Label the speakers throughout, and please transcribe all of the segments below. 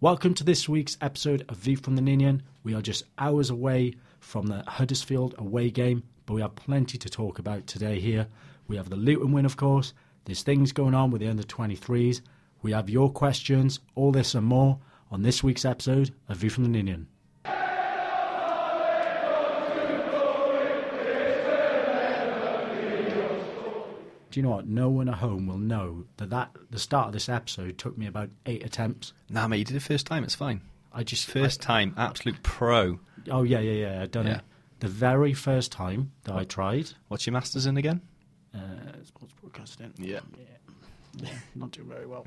Speaker 1: Welcome to this week's episode of View from the Ninian. We are just hours away from the Huddersfield away game, but we have plenty to talk about today here. We have the Luton win, of course. There's things going on with the under 23s. We have your questions, all this and more on this week's episode of View from the Ninian. Do you know what? No one at home will know that, that the start of this episode took me about eight attempts.
Speaker 2: Nah, mate, you did it first time. It's fine.
Speaker 1: I just
Speaker 2: First time, absolute pro.
Speaker 1: Oh yeah, yeah, yeah. I done
Speaker 2: Yeah.
Speaker 1: it the very first time that I tried.
Speaker 2: What's your masters in again?
Speaker 1: Uh, sports broadcasting.
Speaker 2: Yeah.
Speaker 1: Yeah, not doing very well.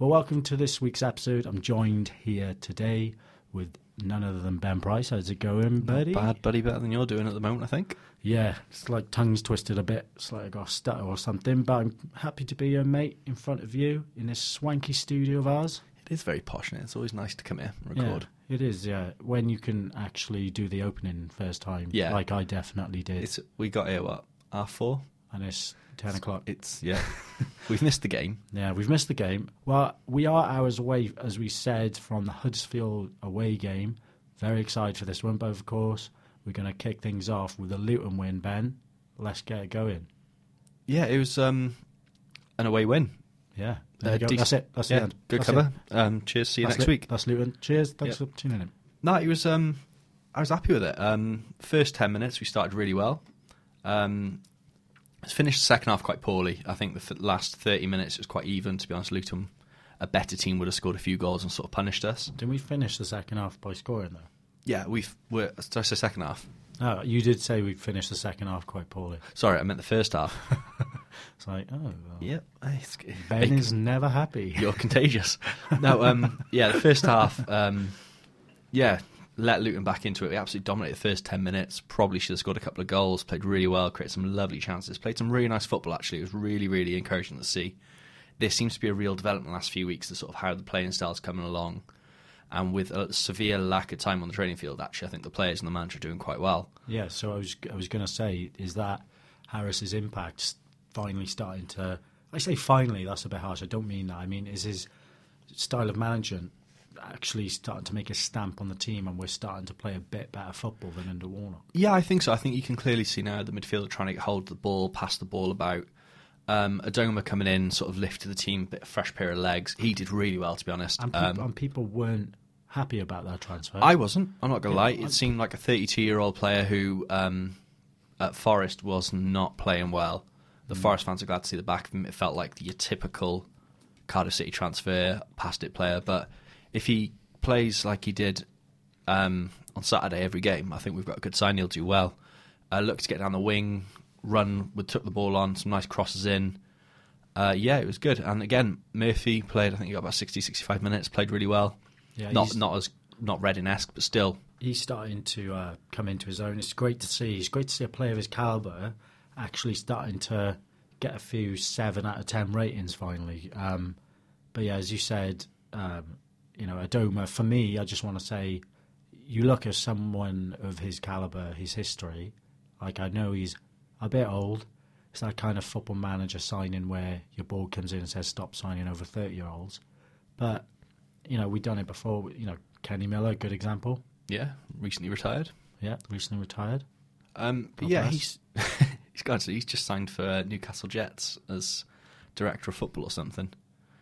Speaker 1: well, welcome to this week's episode. I'm joined here today with none other than Ben Price. How's it going, buddy?
Speaker 2: Bad buddy, better than you're doing at the moment, I think.
Speaker 1: Yeah, it's like tongue's twisted a bit. It's like I got a stutter or something. But I'm happy to be your mate in front of you in this swanky studio of ours.
Speaker 2: It is very posh, and it's always nice to come here and record.
Speaker 1: Yeah, it is. Yeah, when you can actually do the opening first time.
Speaker 2: Yeah.
Speaker 1: like I definitely did.
Speaker 2: It's we got here what R four.
Speaker 1: and it's ten o'clock.
Speaker 2: It's yeah. We've missed the game.
Speaker 1: Yeah, we've missed the game. Well, we are hours away, as we said, from the Huddersfield away game. Very excited for this one, but of course, we're going to kick things off with a Luton win, Ben. Let's get it going.
Speaker 2: Yeah, it was um, an away win.
Speaker 1: Yeah, there
Speaker 2: Uh,
Speaker 1: you go.
Speaker 2: dec-
Speaker 1: that's it. That's
Speaker 2: yeah,
Speaker 1: the end.
Speaker 2: Good
Speaker 1: That's
Speaker 2: cover.
Speaker 1: it.
Speaker 2: Um, cheers. See you
Speaker 1: That's
Speaker 2: next
Speaker 1: it.
Speaker 2: week.
Speaker 1: That's Luton. Cheers. Thanks for tuning in.
Speaker 2: No, it was. Um, I was happy with it. Um, first ten minutes, we started really well. Um, it's finished the second half quite poorly. I think the th- last thirty minutes it was quite even. To be honest, Luton, a better team, would have scored a few goals and sort of punished us.
Speaker 1: Didn't we finish the second half by scoring, though?
Speaker 2: Yeah, we've. We're, did I say second half?
Speaker 1: Oh, you did say we'd finish the second half quite poorly.
Speaker 2: Sorry, I meant the first half.
Speaker 1: It's like, oh, well,
Speaker 2: yep. It's,
Speaker 1: Ben is never happy.
Speaker 2: You're contagious. No, um, yeah, the first half, um, yeah, let Luton back into it. We absolutely dominated the first 10 minutes. Probably should have scored a couple of goals, played really well, created some lovely chances, played some really nice football, actually. It was really, really encouraging to see. There seems to be a real development in the last few weeks of sort of how the playing style's coming along. And with a severe lack of time on the training field, actually, I think the players and the manager are doing quite well.
Speaker 1: Yeah, so I was I was going to say is that Harris's impact finally starting to. I say finally, that's a bit harsh. I don't mean that. I mean is his style of management actually starting to make a stamp on the team, and we're starting to play a bit better football than under Warnock.
Speaker 2: Yeah, I think so. I think you can clearly see now the midfielder trying to get hold of the ball, pass the ball about. Um, Adoma coming in, sort of lifted the team, bit of fresh pair of legs. He did really well, to be honest.
Speaker 1: And, peop
Speaker 2: Um,
Speaker 1: and people weren't happy about that transfer.
Speaker 2: I wasn't. I'm not gonna lie. It seemed like a 32 year old player who um, at Forest was not playing well. The Forest fans are glad to see the back of him. It felt like your typical Cardiff City transfer, past it player. But if he plays like he did um, on Saturday every game, I think we've got a good sign. He'll do well. Uh, looked to get down the wing, run, would took the ball on, some nice crosses in. Uh, yeah, it was good. And again, Murphy played, I think he got about 60, 65 minutes, played really well.
Speaker 1: Yeah,
Speaker 2: not
Speaker 1: he's-
Speaker 2: not as not Reading esque, but still.
Speaker 1: he's starting to uh, come into his own. It's great to see. It's great to see a player of his caliber actually starting to get a few seven out of ten ratings finally. Um, but yeah, as you said, um, you know, Adoma. For me, I just want to say, you look at someone of his caliber, his history. Like I know he's a bit old. It's that kind of football manager signing where your board comes in and says stop signing over thirty year olds. But you know, we've done it before. You know, Kenny Miller, good example.
Speaker 2: Yeah, recently retired.
Speaker 1: Yeah, recently retired.
Speaker 2: Um, but
Speaker 1: God
Speaker 2: yeah,
Speaker 1: bless.
Speaker 2: he's he's got so he's just signed for uh, Newcastle Jets as director of football or something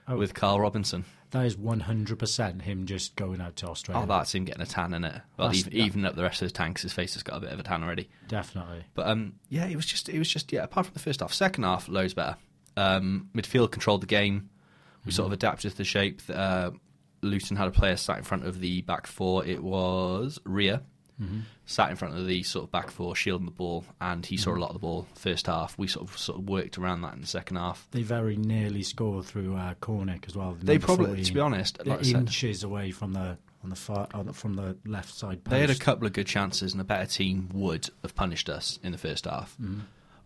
Speaker 1: Oh.
Speaker 2: with Carl Robinson.
Speaker 1: That is 100% him just going out to Australia.
Speaker 2: Oh, that's him getting a tan in it. Well,
Speaker 1: That's-
Speaker 2: even, even up the rest of his tanks, his face has got a bit of a tan already.
Speaker 1: Definitely.
Speaker 2: But um, yeah, it was just it was just yeah. Apart from the first half, second half loads better. Um, midfield controlled the game. We sort of adapted to the shape. Uh, Luton had a player sat in front of the back four. It was Rhea Mm-hmm. sat in front of the sort of back four, shielding the ball, and he saw a lot of the ball first half. We sort of sort of worked around that in the second half.
Speaker 1: They very nearly scored through uh, Cornick as well.
Speaker 2: They probably, to be honest, like I said,
Speaker 1: inches away from the on the far, on the, from the left side post.
Speaker 2: They had a couple of good chances, and a better team would have punished us in the first half.
Speaker 1: Mm-hmm.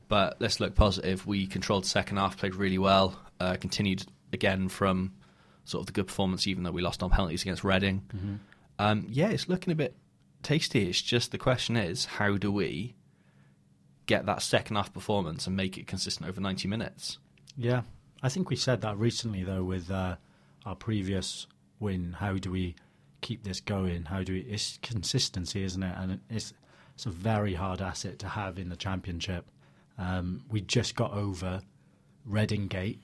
Speaker 2: But let's look positive. We controlled the second half, played really well, uh, continued again from sort of the good performance, even though we lost on penalties against Reading. Um, yeah, it's looking a bit tasty. It's just the question is, how do we get that second half performance and make it consistent over 90 minutes?
Speaker 1: yeah, I think we said that recently though with uh, our previous win? How do we keep this going? How do we? It's consistency, isn't it? And it's it's a very hard asset to have in the championship. Um, we just got over Reading Gate,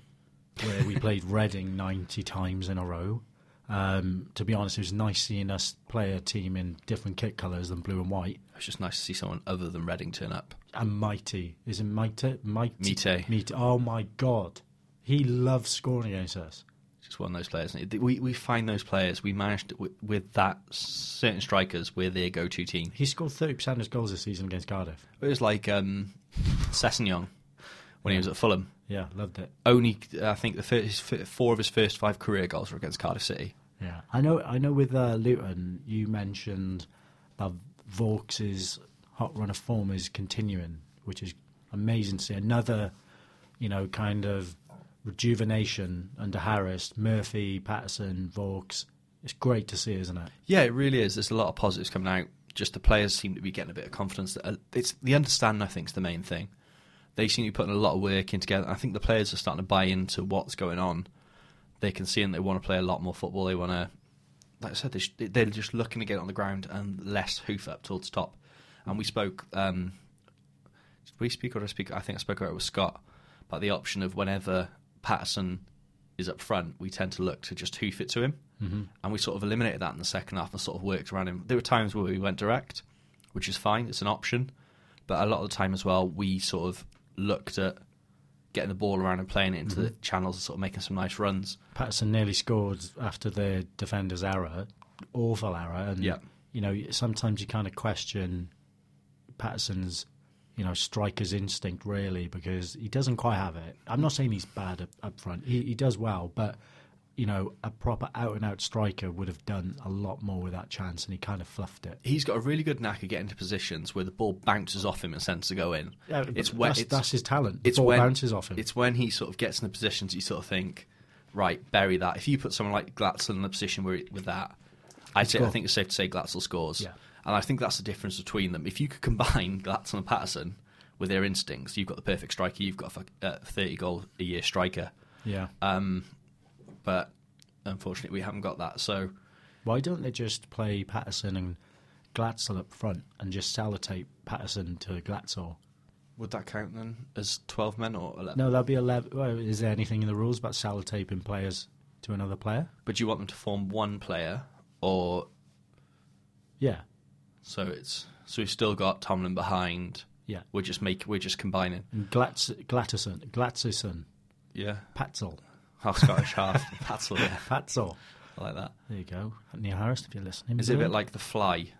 Speaker 1: where we played Reading ninety times in a row. Um, to be honest, it was nice seeing us play a team in different kit colours than blue and white.
Speaker 2: It's just nice to see someone other than Reading turn up.
Speaker 1: And Mighty is it Mighty? Mighty
Speaker 2: Mite.
Speaker 1: Mite. Oh my god, he loves scoring against us.
Speaker 2: Just one of those players. isn't it? We we find those players. We managed to- with, with that certain strikers. We're their go-to team.
Speaker 1: He scored thirty percent of his goals this season against Cardiff.
Speaker 2: It was like um, Sessegnon when he was at Fulham.
Speaker 1: Yeah, loved it.
Speaker 2: Only I think the first, his f- four of his first five career goals were against Cardiff City.
Speaker 1: Yeah, I know. I know. With uh, Luton, you mentioned that Vaux's hot run of form is continuing, which is amazing to see. Another, you know, kind of rejuvenation under Harris, Murphy, Patterson, Vaux. It's great to see, isn't it?
Speaker 2: Yeah, it really is. There's a lot of positives coming out. Just the players seem to be getting a bit of confidence. That- uh, It's the understanding, I think, is the main thing. They seem to be putting a lot of work in together. I think the players are starting to buy into what's going on. They can see and they want to play a lot more football. They want to, like I said, they sh- they're just looking to get on the ground and less hoof up towards top. And we spoke, um, did we speak or did I speak? I think I spoke about it with Scott about the option of whenever Patterson is up front, we tend to look to just hoof it to him
Speaker 1: Mm-hmm.
Speaker 2: and we sort of eliminated that in the second half and sort of worked around him. There were times where we went direct, which is fine; it's an option. But a lot of the time as well, we sort of looked at getting the ball around and playing it into the channels and sort of making some nice runs.
Speaker 1: Patterson nearly scored after the defender's error, awful error, and
Speaker 2: Yeah.
Speaker 1: you know sometimes you kind of question Patterson's you know striker's instinct really because he doesn't quite have it. I'm not saying he's bad up, up front; he, he does well, but you know a proper out and out striker would have done a lot more with that chance, and he kind of fluffed it.
Speaker 2: He's got a really good knack of getting to positions where the ball bounces off him and sends to go in.
Speaker 1: Yeah,
Speaker 2: it's
Speaker 1: but
Speaker 2: when
Speaker 1: that's,
Speaker 2: it's,
Speaker 1: that's his talent.
Speaker 2: it's
Speaker 1: Ball
Speaker 2: when
Speaker 1: bounces off him.
Speaker 2: It's when he sort of gets in the positions you sort of think, right, bury that. If you put someone like Glatzel in the position where he- with that, I'd say, I
Speaker 1: Score.
Speaker 2: think it's safe to say Glatzel scores.
Speaker 1: Yeah.
Speaker 2: And I think that's the difference between them. If you could combine Glatzel and Patterson with their instincts, you've got the perfect striker. You've got a fuck- uh, 30 goal a year striker.
Speaker 1: yeah.
Speaker 2: Um, but unfortunately, we haven't got that. So
Speaker 1: Why don't they just play Patterson and Glatzel up front and just sellotape Patterson to Glatzel?
Speaker 2: would that count then as 12 men or 11?
Speaker 1: No, that'll be 11. Well, is there anything in the rules about sellotaping players to another player?
Speaker 2: But do you want them to form one player or
Speaker 1: Yeah,
Speaker 2: so it's so we've still got Tomlin behind.
Speaker 1: yeah.
Speaker 2: We're just make we're just combining.
Speaker 1: And Glatz, Glatterson, Glatterson,
Speaker 2: Yeah.
Speaker 1: Patzel,
Speaker 2: Half Scottish, half Patzel, yeah.
Speaker 1: Patzel.
Speaker 2: I like that.
Speaker 1: There you go. Neil Harris, if you're listening.
Speaker 2: Is it a bit
Speaker 1: brilliant.
Speaker 2: like The Fly?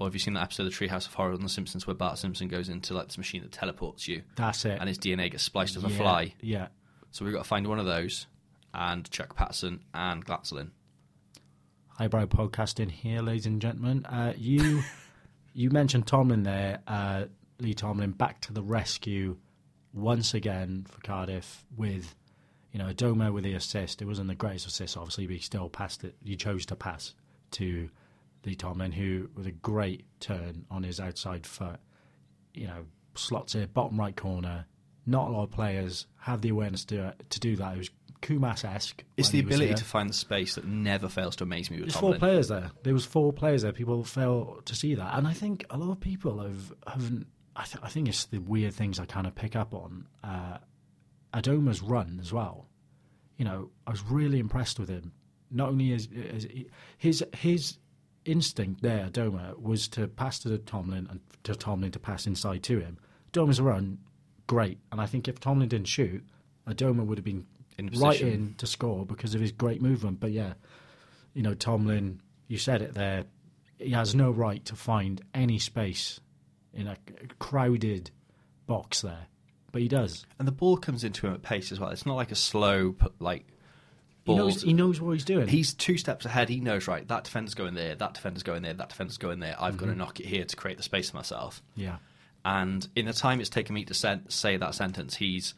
Speaker 2: Or have you seen that episode of Treehouse of Horror on The Simpsons where Bart Simpson goes into like this machine that teleports you
Speaker 1: That's it.
Speaker 2: and his DNA gets spliced as a
Speaker 1: Yeah,
Speaker 2: fly?
Speaker 1: Yeah.
Speaker 2: So we've got to find one of those and Chuck Patterson and Glatzelin.
Speaker 1: Highbrow podcast in here, ladies and gentlemen. Uh, you you mentioned Tomlin there, uh, Lee Tomlin, back to the rescue once again for Cardiff with you know Adoma with the assist. It wasn't the greatest assist, obviously, but he still passed it. He chose to pass to Lee Tomlin, who with a great turn on his outside foot, you know, slots it bottom right corner. Not a lot of players have the awareness to to do that. It was Kumas esque.
Speaker 2: It's the ability to find the space that never fails to amaze me with
Speaker 1: There's four
Speaker 2: Tomlin.
Speaker 1: players there. There was four players there. People fail to see that, and I think a lot of people have haven't. I, th- I think it's the weird things I kind of pick up on. Uh, Adoma's run as well. You know, I was really impressed with him. Not only is, is his his instinct there, Adoma, was to pass to Tomlin and to Tomlin to pass inside to him. Adoma's run, great, and I think if Tomlin didn't shoot, Adoma would have been
Speaker 2: In
Speaker 1: right
Speaker 2: position.
Speaker 1: in to score because of his great movement. But yeah, you know, Tomlin, you said it there. He has no right to find any space in a crowded box there, but he does.
Speaker 2: And the ball comes into him at pace as well. It's not like a slow, p- like,
Speaker 1: He
Speaker 2: ball.
Speaker 1: knows, he knows what he's doing.
Speaker 2: He's two steps ahead. He knows, right, that defender's going there, that defender's going there, that defender's going there. I've
Speaker 1: Mm-hmm.
Speaker 2: got to knock it here to create the space for myself.
Speaker 1: yeah,
Speaker 2: And in the time it's taken me to sen- say that sentence, he's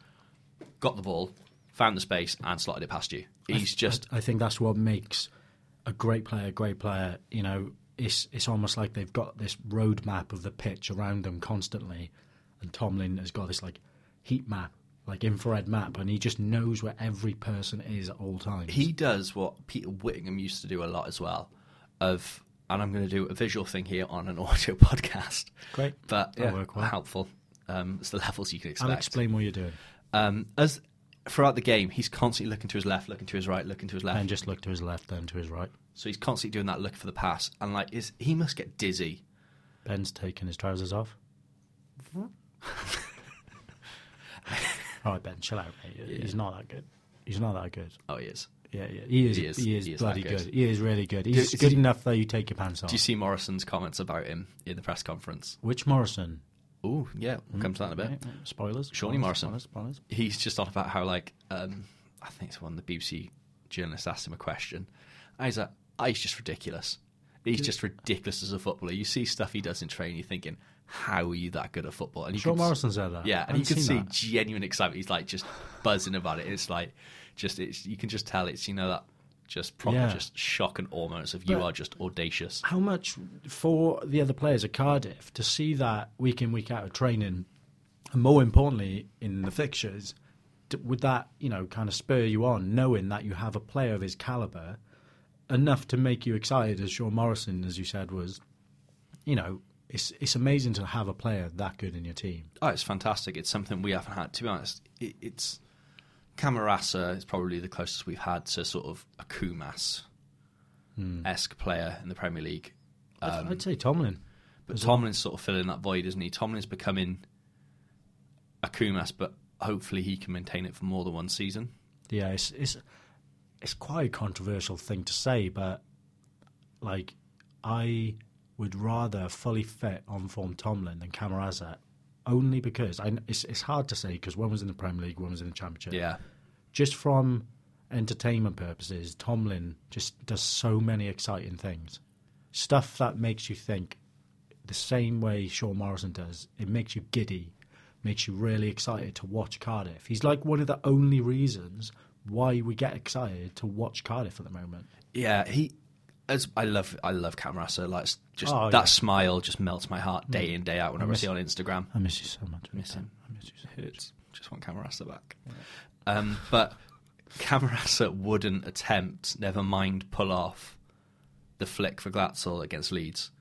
Speaker 2: got the ball, found the space, and slotted it past you. He's just.
Speaker 1: I think that's what makes a great player a great player. You know, it's it's almost like they've got this roadmap of the pitch around them constantly, and Tomlin has got this like heat map like infrared map, and he just knows where every person is at all times.
Speaker 2: He does what Peter Whittingham used to do a lot as well. Of and I'm going to do a visual thing here on an audio podcast,
Speaker 1: Great.
Speaker 2: but
Speaker 1: That'll
Speaker 2: yeah,
Speaker 1: work well.
Speaker 2: helpful. Um, it's the levels you can expect.
Speaker 1: I'll explain what you're doing.
Speaker 2: Um, as throughout the game, he's constantly looking to his left, looking to his right, looking to his left.
Speaker 1: And just look to his left, then to his right.
Speaker 2: So he's constantly doing that, looking for the pass, and like, is he must get dizzy.
Speaker 1: Ben's taking his trousers off. all right, Ben, chill out, mate. He's not that good. He's not that good.
Speaker 2: Oh, he is.
Speaker 1: Yeah, yeah. He is. He
Speaker 2: He
Speaker 1: is,
Speaker 2: is- he is
Speaker 1: bloody
Speaker 2: that good.
Speaker 1: good. He is really good. He's
Speaker 2: is
Speaker 1: good
Speaker 2: he-
Speaker 1: enough though. You take your pants off.
Speaker 2: Do you see Morrison's comments about him in the press conference?
Speaker 1: Which Morrison?
Speaker 2: Oh, yeah, we'll come to that in a bit.
Speaker 1: Yeah, Spoilers.
Speaker 2: Shawnee
Speaker 1: spoilers,
Speaker 2: Morrison.
Speaker 1: Spoilers, spoilers.
Speaker 2: he's just on about how like um, I think it's one of the BBC journalist asked him a question. And he's like, oh, he's just ridiculous. He's just ridiculous as a footballer. You see stuff he does in training, you're thinking, how are you that good at football? And you
Speaker 1: Shawn
Speaker 2: can s-
Speaker 1: Morrison said that.
Speaker 2: yeah,
Speaker 1: I
Speaker 2: and you
Speaker 1: haven't
Speaker 2: can see
Speaker 1: seen that.
Speaker 2: genuine excitement. He's like just buzzing about it. It's like just it's you can just tell it's you know that just proper
Speaker 1: Yeah.
Speaker 2: just shock and awe moments of you
Speaker 1: But-
Speaker 2: are just audacious.
Speaker 1: how much for the other players at Cardiff to see that week in week out of training, and more importantly in the fixtures, d- would that you know kind of spur you on, knowing that you have a player of his caliber, enough to make you excited, as Sean Morrison, as you said, was, you know, it's it's amazing to have a player that good in your team.
Speaker 2: Oh, it's fantastic. It's something we haven't had. To be honest, it, it's Camarasa is probably the closest we've had to sort of a Kumas esque player in the Premier League.
Speaker 1: I'd- I'd say Tomlin.
Speaker 2: But Tomlin's sort of filling that void, isn't he? Tomlin's becoming a Kumas, but hopefully he can maintain it for more than one season.
Speaker 1: Yeah, it's it's it's quite a controversial thing to say, but like I would rather fully fit on form Tomlin than Camarasa, only because I, it's it's hard to say because one was in the Premier League, one was in the Championship.
Speaker 2: Yeah,
Speaker 1: Just from entertainment purposes, Tomlin just does so many exciting things, stuff that makes you think the same way Sean Morrison does. It makes you giddy, makes you really excited to watch Cardiff. He's like one of the only reasons why we get excited to watch Cardiff at the moment.
Speaker 2: yeah. He, as I love, I love Camarasa. Like it's just
Speaker 1: Oh,
Speaker 2: that
Speaker 1: yeah.
Speaker 2: smile just melts my heart day in day out whenever I,
Speaker 1: miss-
Speaker 2: see it on Instagram.
Speaker 1: I miss you so much.
Speaker 2: Miss him.
Speaker 1: I miss you so much.
Speaker 2: hurts. Just want Camarasa back. Um, but Camarasa wouldn't attempt, never mind pull off the flick for Glatzel against Leeds.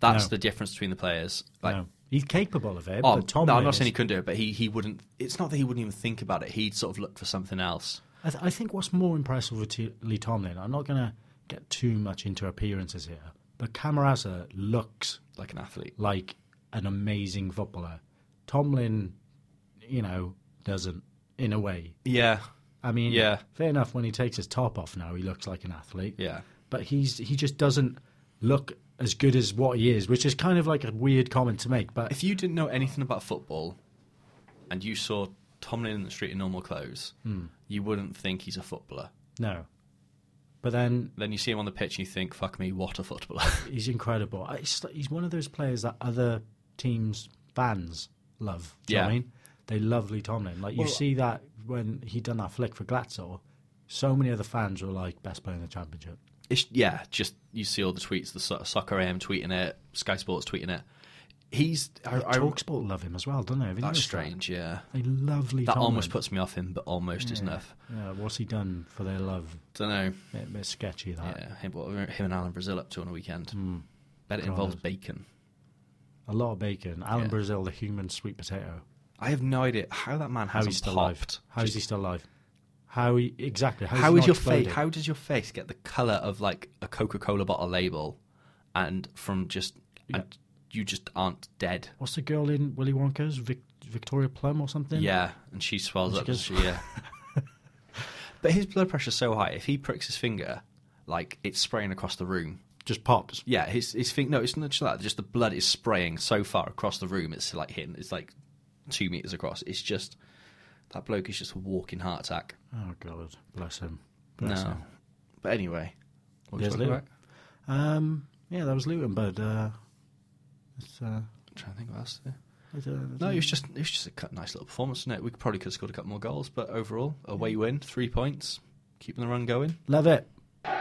Speaker 2: That's
Speaker 1: No.
Speaker 2: the difference between the players. Like,
Speaker 1: no. He's capable of it,
Speaker 2: oh,
Speaker 1: but Tomlin.
Speaker 2: no, I'm not saying he
Speaker 1: is-
Speaker 2: couldn't do it, but he, he wouldn't. It's not that he wouldn't even think about it. He'd sort of look for something else.
Speaker 1: I, th- I think what's more impressive with T- Lee Tomlin, I'm not going to get too much into appearances here, but Camarasa looks
Speaker 2: Like an athlete.
Speaker 1: like an amazing footballer. Tomlin, you know, doesn't in a way.
Speaker 2: Yeah,
Speaker 1: I mean,
Speaker 2: Yeah.
Speaker 1: fair enough. When he takes his top off now, he looks like an athlete.
Speaker 2: yeah.
Speaker 1: but he's he just doesn't look as good as what he is, which is kind of like a weird comment to make. But
Speaker 2: If you didn't know anything about football and you saw Tomlin in the street in normal clothes,
Speaker 1: Hmm.
Speaker 2: you wouldn't think he's a footballer.
Speaker 1: no, but then
Speaker 2: Then you see him on the pitch and you think, fuck me, what a footballer.
Speaker 1: he's incredible. I- He's, he's one of those players that other teams fans love. Do you know what I
Speaker 2: Yeah.
Speaker 1: mean? They love Lee Tomlin. Like you
Speaker 2: Well-
Speaker 1: see that when he done that flick for Glatzel, so many other fans were like best player in the championship.
Speaker 2: it's yeah, just you see all the tweets, the so- soccer AM tweeting it, Sky Sports tweeting it. He's I, I,
Speaker 1: Talksport love him as well, don't they? Have you
Speaker 2: that's
Speaker 1: noticed that?
Speaker 2: strange, yeah.
Speaker 1: They love Lee
Speaker 2: That
Speaker 1: Tomlin.
Speaker 2: almost puts me off him, but almost is enough.
Speaker 1: Yeah, what's he done for their love?
Speaker 2: Don't know.
Speaker 1: Bit, bit sketchy that.
Speaker 2: Yeah, him, what were him and Alan Brazil up to on a weekend.
Speaker 1: Hmm.
Speaker 2: Bet it involves bacon.
Speaker 1: A lot of bacon. Alan
Speaker 2: Yeah.
Speaker 1: Brazil, the human sweet potato.
Speaker 2: I have no idea how that man
Speaker 1: How
Speaker 2: hasn't
Speaker 1: he's still alive?
Speaker 2: popped.
Speaker 1: How is he still alive? How he, exactly? How,
Speaker 2: How is your
Speaker 1: face?
Speaker 2: face? How does your face get the color of like a Coca Cola bottle label, and from just and you just aren't dead?
Speaker 1: What's the girl in Willy Wonka's Vic, Victoria Plum or something?
Speaker 2: Yeah, and she swells up.
Speaker 1: goes-
Speaker 2: doesn't she, yeah. but his blood pressure's so high. If he pricks his finger, like it's spraying across the room.
Speaker 1: just pops.
Speaker 2: Yeah, his his finger. No, it's not just that. Just the blood is spraying so far across the room. It's like hitting. It's like two meters across. It's just that bloke is just a walking heart attack.
Speaker 1: Oh God, bless him. Bless
Speaker 2: no,
Speaker 1: him.
Speaker 2: but anyway, what were we
Speaker 1: There's
Speaker 2: talking
Speaker 1: Luton.
Speaker 2: about?
Speaker 1: Um, yeah, that was Luton, but uh, it's, uh,
Speaker 2: I'm trying to think what else. To do.
Speaker 1: it's, uh,
Speaker 2: No, it was just it was just a cut- nice little performance, wasn't it? We probably could have scored a couple more goals, but overall, away win, three points, keeping the run going.
Speaker 1: love it.
Speaker 3: That's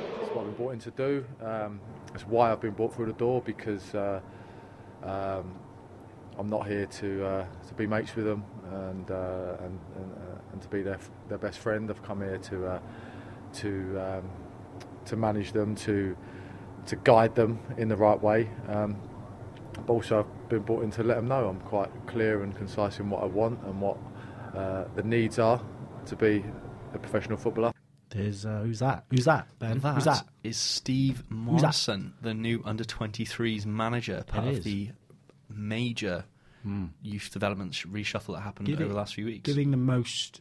Speaker 3: what we bought wanting to do. Um, that's why I've been brought through the door because uh, um, I'm not here to uh, to be mates with them and uh, and and, uh, and to be their f- their best friend. I've come here to uh, to um, to manage them, to to guide them in the right way. Um, but also, I've been brought in to let them know I'm quite clear and concise in what I want and what uh, the needs are to be a professional footballer.
Speaker 1: There's uh, who's that? Who's that? Ben?
Speaker 2: That
Speaker 1: who's that?
Speaker 2: is Steve
Speaker 1: that?
Speaker 2: Morrison, the new under 23s manager, part
Speaker 1: It
Speaker 2: of
Speaker 1: is.
Speaker 2: the major youth development sh- reshuffle that happened
Speaker 1: Give
Speaker 2: over
Speaker 1: it-
Speaker 2: the last few weeks.
Speaker 1: Giving the most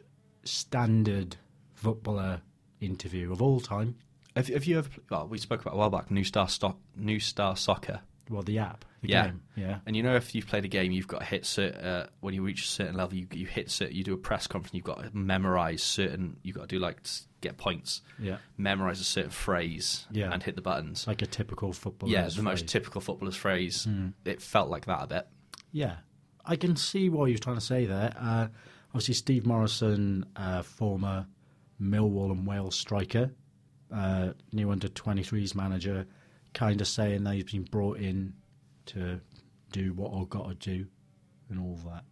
Speaker 1: standard footballer interview of all time.
Speaker 2: Have, have you ever? pl- Well, we spoke about a while back. New Star Stock, New Star Soccer.
Speaker 1: Well, the app, the
Speaker 2: Yeah.
Speaker 1: game, yeah.
Speaker 2: And you know, if you've played a game, you've got to hit certain. Uh, when you reach a certain level, you you hit certain. You do a press conference. You've got to memorize certain. You've got to do like s- get points.
Speaker 1: Yeah.
Speaker 2: Memorize a certain phrase.
Speaker 1: Yeah.
Speaker 2: And hit the buttons.
Speaker 1: It's like a typical footballer.
Speaker 2: yeah, the most typical footballer's phrase.
Speaker 1: Hmm.
Speaker 2: It felt like that a bit.
Speaker 1: Yeah, I can see what you're trying to say there. Uh, obviously, Steve Morrison, uh, former Millwall and Wales striker, uh, new under 23s manager, kind of saying that he's been brought in to do what I've got to do and all that.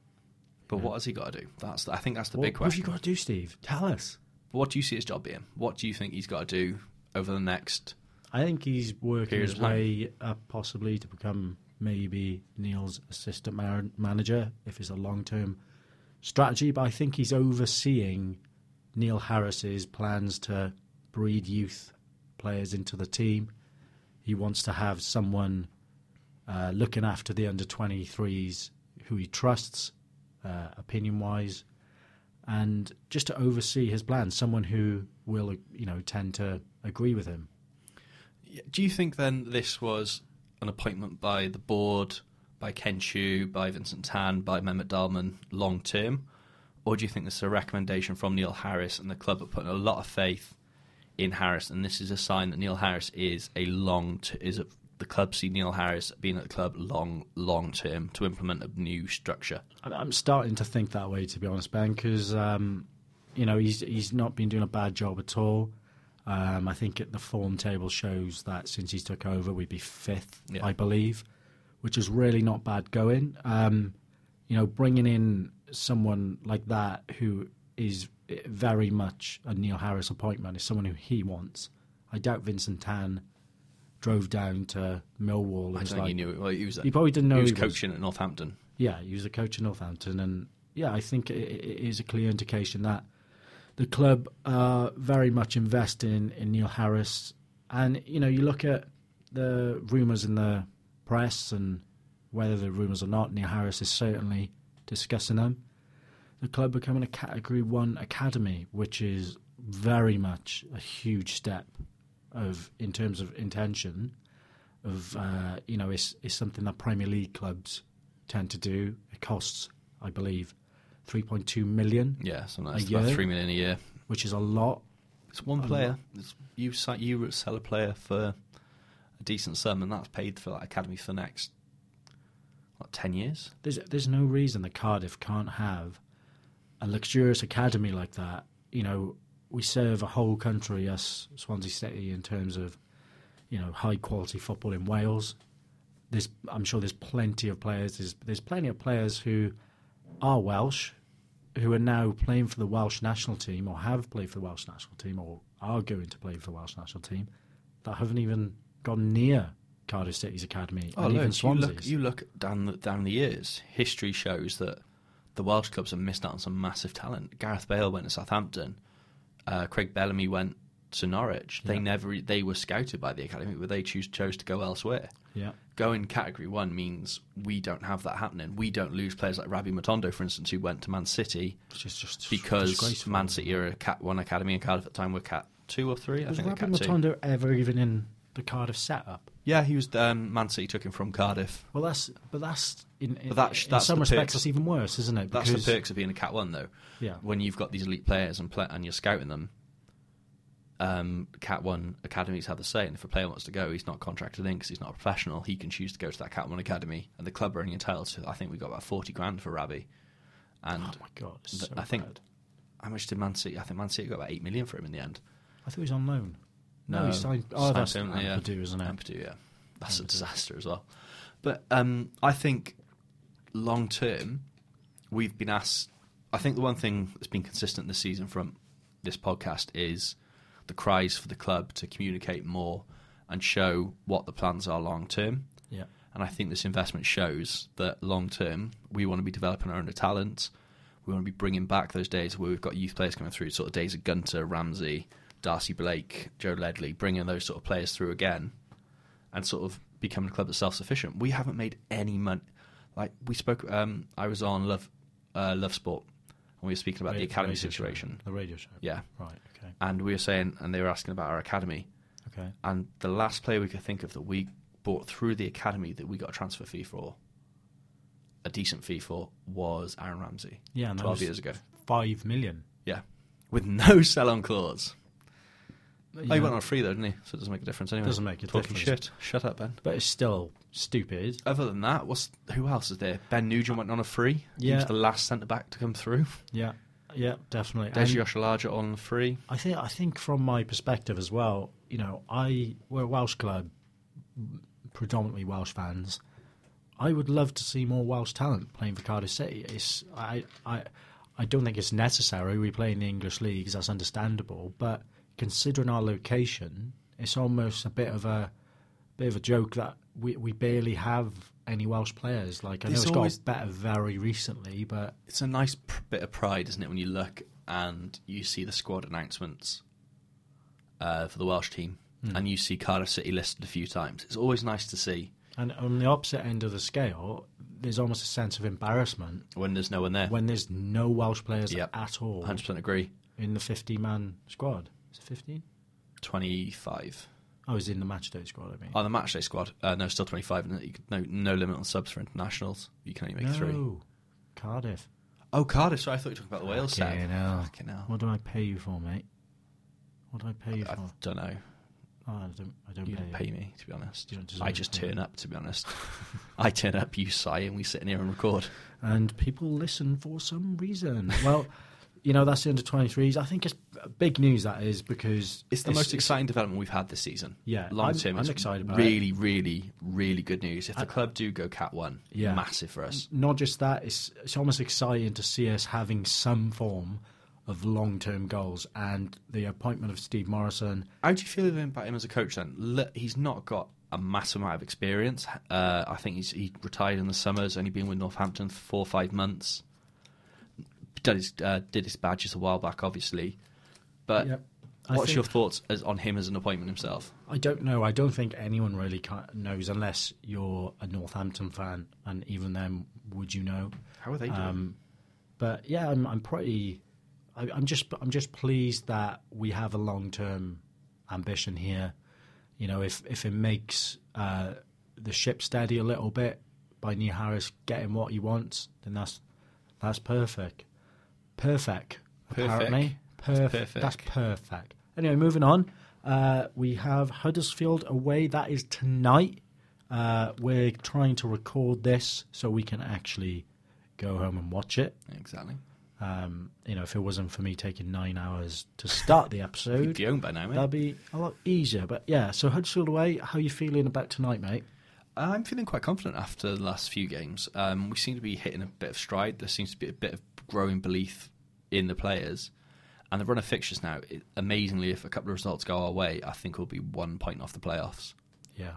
Speaker 2: But what has he got to do? That's the, I think that's the
Speaker 1: what,
Speaker 2: big
Speaker 1: What have
Speaker 2: question.
Speaker 1: you got to do, Steve? Tell us.
Speaker 2: What do you see his job being? What do you think he's got to do over the next?
Speaker 1: I think he's working
Speaker 2: Period
Speaker 1: his
Speaker 2: of time.
Speaker 1: way up possibly to become maybe Neil's assistant man- manager if it's a long term strategy. But I think he's overseeing Neil Harris's plans to breed youth players into the team. He wants to have someone uh, looking after the under 23s who he trusts, uh, opinion wise, and just to oversee his plans, someone who will, you know, tend to agree with him.
Speaker 2: Do you think then this was an appointment by the board, by Ken Chu, by Vincent Tan, by Mehmet Dalman long term? Or do you think this is a recommendation from Neil Harris and the club are putting a lot of faith in Harris and this is a sign that Neil Harris is a long t- is a, the club see Neil Harris being at the club long long term to implement a new structure.
Speaker 1: I'm- I'm starting to think that way, to be honest, Ben, because um, you know he's he's not been doing a bad job at all. Um, I think it, the form table shows that since he's took over, we'd be fifth,
Speaker 2: Yeah.
Speaker 1: I believe, which is really not bad going. Um, you know, bringing in someone like that who is very much a Neil Harris appointment is someone who he wants. I doubt Vincent Tan drove down to Millwall. And
Speaker 2: I
Speaker 1: was
Speaker 2: don't think
Speaker 1: like,
Speaker 2: he knew it. Well, he was
Speaker 1: He probably didn't know
Speaker 2: he was
Speaker 1: he was-
Speaker 2: coaching at Northampton.
Speaker 1: yeah, he was a coach in Northampton, and yeah, I think it, it is a clear indication that the club are very much invested in, in Neil Harris. And you know, you look at the rumours in the press and whether the rumours or not, Neil Harris is certainly discussing them. The club becoming a Category One academy, which is very much a huge step of in terms of intention of uh, you know it's it's something that Premier League clubs tend to do. It costs, I believe, three point two million,
Speaker 2: Yeah, something
Speaker 1: A
Speaker 2: like that. It's about
Speaker 1: year? Oh,
Speaker 2: three million a year.
Speaker 1: which is a lot.
Speaker 2: It's one player. It's, you si- you sell a player for a decent sum, and that's paid for that academy for the next what ten years.
Speaker 1: There's there's no reason that Cardiff can't have a luxurious academy like that. You know, we serve a whole country, us Swansea City, in terms of you know high quality football in Wales. There's I'm sure there's plenty of players. There's there's plenty of players who are Welsh, who are now playing for the Welsh national team or have played for the Welsh national team or are going to play for the Welsh national team that haven't even gone near Cardiff City's academy and even
Speaker 2: loads. you Oh, look
Speaker 1: Oh, Swansea's.
Speaker 2: you look down the, down the years. History shows that the Welsh clubs have missed out on some massive talent. Gareth Bale went to Southampton. Uh, Craig Bellamy went to Norwich. They
Speaker 1: Yeah.
Speaker 2: never they were scouted by the academy, but they choose chose to go elsewhere.
Speaker 1: yeah.
Speaker 2: Going category one means we don't have that happening. We don't lose players like Rabi Matondo, for instance, who went to Man City.
Speaker 1: Which is just
Speaker 2: because
Speaker 1: disgraceful.
Speaker 2: Man City are a Cat One Academy and Cardiff at the time were Cat Two or Three. I
Speaker 1: was
Speaker 2: think they're
Speaker 1: Rabi
Speaker 2: Cat Two.
Speaker 1: Matondo ever even in the Cardiff setup?
Speaker 2: Yeah, he was. Um, Man City took him from Cardiff.
Speaker 1: Well, that's but that's in, in,
Speaker 2: But that's-
Speaker 1: in
Speaker 2: that's
Speaker 1: some
Speaker 2: the
Speaker 1: respects
Speaker 2: perks.
Speaker 1: that's even worse, isn't it?
Speaker 2: That's
Speaker 1: Because-
Speaker 2: the perks of being a Cat One, though.
Speaker 1: Yeah. Oh
Speaker 2: When you've got these elite players and play, and you're scouting them, um, Cat One academies have the say. And if a player wants to go, he's not contracted in because he's not a professional. He can choose to go to that Cat One academy, and the club are only entitled to. I think we got about forty grand for Rabi, and
Speaker 1: Oh my god, it's
Speaker 2: th-
Speaker 1: so
Speaker 2: I think
Speaker 1: bad.
Speaker 2: how much did Man City? I think Man City got about eight million for him in the end.
Speaker 1: I thought he was on loan. No, he signed. Oh,
Speaker 2: Signed
Speaker 1: that's
Speaker 2: permanently, yeah.
Speaker 1: Ampadu, isn't it?
Speaker 2: Ampadu, yeah. That's a
Speaker 1: Ampadu.
Speaker 2: disaster as well. But um, I think long term, we've been asked. I think the one thing that's been consistent this season from this podcast is the cries for the club to communicate more and show what the plans are long term.
Speaker 1: Yeah,
Speaker 2: And I think this investment shows that long term, we want to be developing our own talent. We want to be bringing back those days where we've got youth players coming through, sort of days of Gunter, Ramsey, Darcy Blake, Joe Ledley, bringing those sort of players through again and sort of becoming a club that's self sufficient. We haven't made any money. Like, we spoke, um, I was on Love, uh, Love Sport and we were speaking about
Speaker 1: Radio-
Speaker 2: the academy
Speaker 1: radio show.
Speaker 2: situation.
Speaker 1: The radio show.
Speaker 2: Yeah.
Speaker 1: Right. Okay.
Speaker 2: And we were saying, and they were asking about our academy.
Speaker 1: Okay.
Speaker 2: And the last player we could think of that we bought through the academy that we got a transfer fee for, a decent fee for, was Aaron Ramsey.
Speaker 1: Yeah, and that
Speaker 2: 12
Speaker 1: was
Speaker 2: years ago.
Speaker 1: Five million.
Speaker 2: Yeah. With no sell on clause. Oh,
Speaker 1: Yeah.
Speaker 2: he went on free though, didn't he? So it doesn't make a difference anyway.
Speaker 1: Doesn't make a
Speaker 2: Talking
Speaker 1: difference.
Speaker 2: shit. Shut up, Ben.
Speaker 1: But it's still stupid.
Speaker 2: Other than that, what's who else is there? Ben Nugent went on a free. He
Speaker 1: Yeah.
Speaker 2: was the last centre back to come through.
Speaker 1: Yeah. Yeah, definitely.
Speaker 2: Desi
Speaker 1: And
Speaker 2: Oshalaja on free.
Speaker 1: I think I think from my perspective as well, you know, I we're a Welsh club, predominantly Welsh fans. I would love to see more Welsh talent playing for Cardiff City. It's I I I don't think it's necessary. We play in the English leagues, that's understandable. But considering our location, it's almost a bit of a bit of a joke that we we barely have any Welsh players. Like I know
Speaker 2: There's
Speaker 1: it's
Speaker 2: always-
Speaker 1: got better very recently, but
Speaker 2: It's a nice pr- bit of pride, isn't it, when you look and you see the squad announcements uh, for the Welsh team
Speaker 1: Hmm.
Speaker 2: and you see Cardiff City listed a few times. It's always nice to see
Speaker 1: And on the opposite end of the scale, there's almost a sense of embarrassment
Speaker 2: when there's no one there.
Speaker 1: when there's no Welsh players
Speaker 2: Yep.
Speaker 1: at all
Speaker 2: 100% agree.
Speaker 1: in the 50 man squad. Is it 15?
Speaker 2: 25.
Speaker 1: Oh, it's in the matchday squad, I mean.
Speaker 2: Oh, the matchday squad. Uh, no, still 25. And you could, no, no limit on subs for internationals. You can only make
Speaker 1: no,
Speaker 2: three.
Speaker 1: Cardiff.
Speaker 2: Oh, Cardiff. Sorry, I thought you were talking about the Wales side.
Speaker 1: Fucking hell.
Speaker 2: Fucking hell.
Speaker 1: What do I pay you for, mate? What do I pay you
Speaker 2: I
Speaker 1: for?
Speaker 2: don't know.
Speaker 1: Oh, I don't, I don't
Speaker 2: You
Speaker 1: pay
Speaker 2: don't
Speaker 1: you.
Speaker 2: pay me, to be honest.
Speaker 1: You don't deserve
Speaker 2: I just
Speaker 1: to pay me.
Speaker 2: turn up, to be honest. I turn up, you sigh, and we sit in here and record.
Speaker 1: and people listen for some reason. Well, you know, that's the under 23s. I think it's big news that is because
Speaker 2: It's the most exciting development we've had this season.
Speaker 1: Yeah,
Speaker 2: long
Speaker 1: I'm-
Speaker 2: term,
Speaker 1: I'm
Speaker 2: it's
Speaker 1: excited about Uh,
Speaker 2: really, really, really good news. If the club do go Cat One,
Speaker 1: Yeah.
Speaker 2: massive for us.
Speaker 1: not just that, it's it's almost exciting to see us having some form of long term goals. And the appointment of Steve Morrison,
Speaker 2: How do you feel about him as a coach? Then Look, he's not got a massive amount of experience. Uh, I think he's he retired in the summer. Has only been with Northampton for four or five months. Did his uh, did his badges a while back, obviously. But
Speaker 1: Yep. I
Speaker 2: what's
Speaker 1: think-
Speaker 2: your thoughts as, on him as an appointment himself?
Speaker 1: I don't know. I don't think anyone really ki- knows unless you're a Northampton fan, and even then, would you know?
Speaker 2: How are they doing?
Speaker 1: Um, but yeah, I'm, I'm pretty. I, I'm just I'm just pleased that we have a long term ambition here. You know, if if it makes uh, the ship steady a little bit by Neil Harris getting what he wants, then that's that's perfect. Perfect. Apparently, perfect.
Speaker 2: perfect.
Speaker 1: That's perfect. Anyway, moving on. Uh, we have Huddersfield away. That is tonight. Uh, we're trying to record this so we can actually go home and watch it.
Speaker 2: exactly.
Speaker 1: Um, you know, if it wasn't for me taking nine hours to start the
Speaker 2: You'd
Speaker 1: episode,
Speaker 2: be home by now, mate.
Speaker 1: that'd be a lot easier. But yeah, so Huddersfield away. How you feeling about tonight, mate?
Speaker 2: I'm feeling quite confident after the last few games. Um, we seem to be hitting a bit of stride. There seems to be a bit of growing belief in the players. And the run of fixtures now, it, amazingly, if a couple of results go our way, I think we'll be one point off the playoffs.
Speaker 1: Yeah,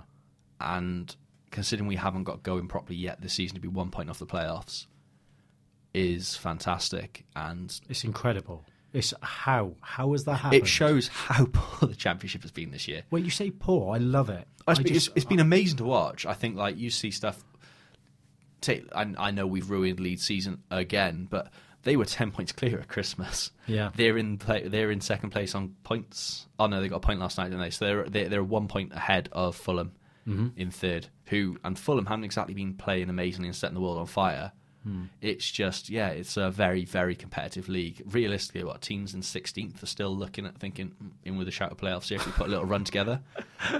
Speaker 2: And considering we haven't got going properly yet this season to be one point off the playoffs is fantastic. And
Speaker 1: it's incredible. It's how how has that happened?
Speaker 2: it shows how poor the championship has been this year.
Speaker 1: When you say poor, I love it. I
Speaker 2: It's been,
Speaker 1: just-
Speaker 2: it's, it's been amazing to watch. I think like you see stuff. Take, I, I know we've ruined Leeds season again, but they were ten points clear at Christmas.
Speaker 1: Yeah.
Speaker 2: they're in play, they're in second place on points. Oh no, they got a point last night, didn't they? So they're they're, they're one point ahead of Fulham
Speaker 1: Mm-hmm.
Speaker 2: in third. Who and Fulham haven't exactly been playing amazingly and setting the world on fire.
Speaker 1: Hmm.
Speaker 2: It's just yeah, it's a very very competitive league. Realistically, what teams in sixteenth are still looking at thinking "Mm, in with a shout of playoffs. See if we put a little run together.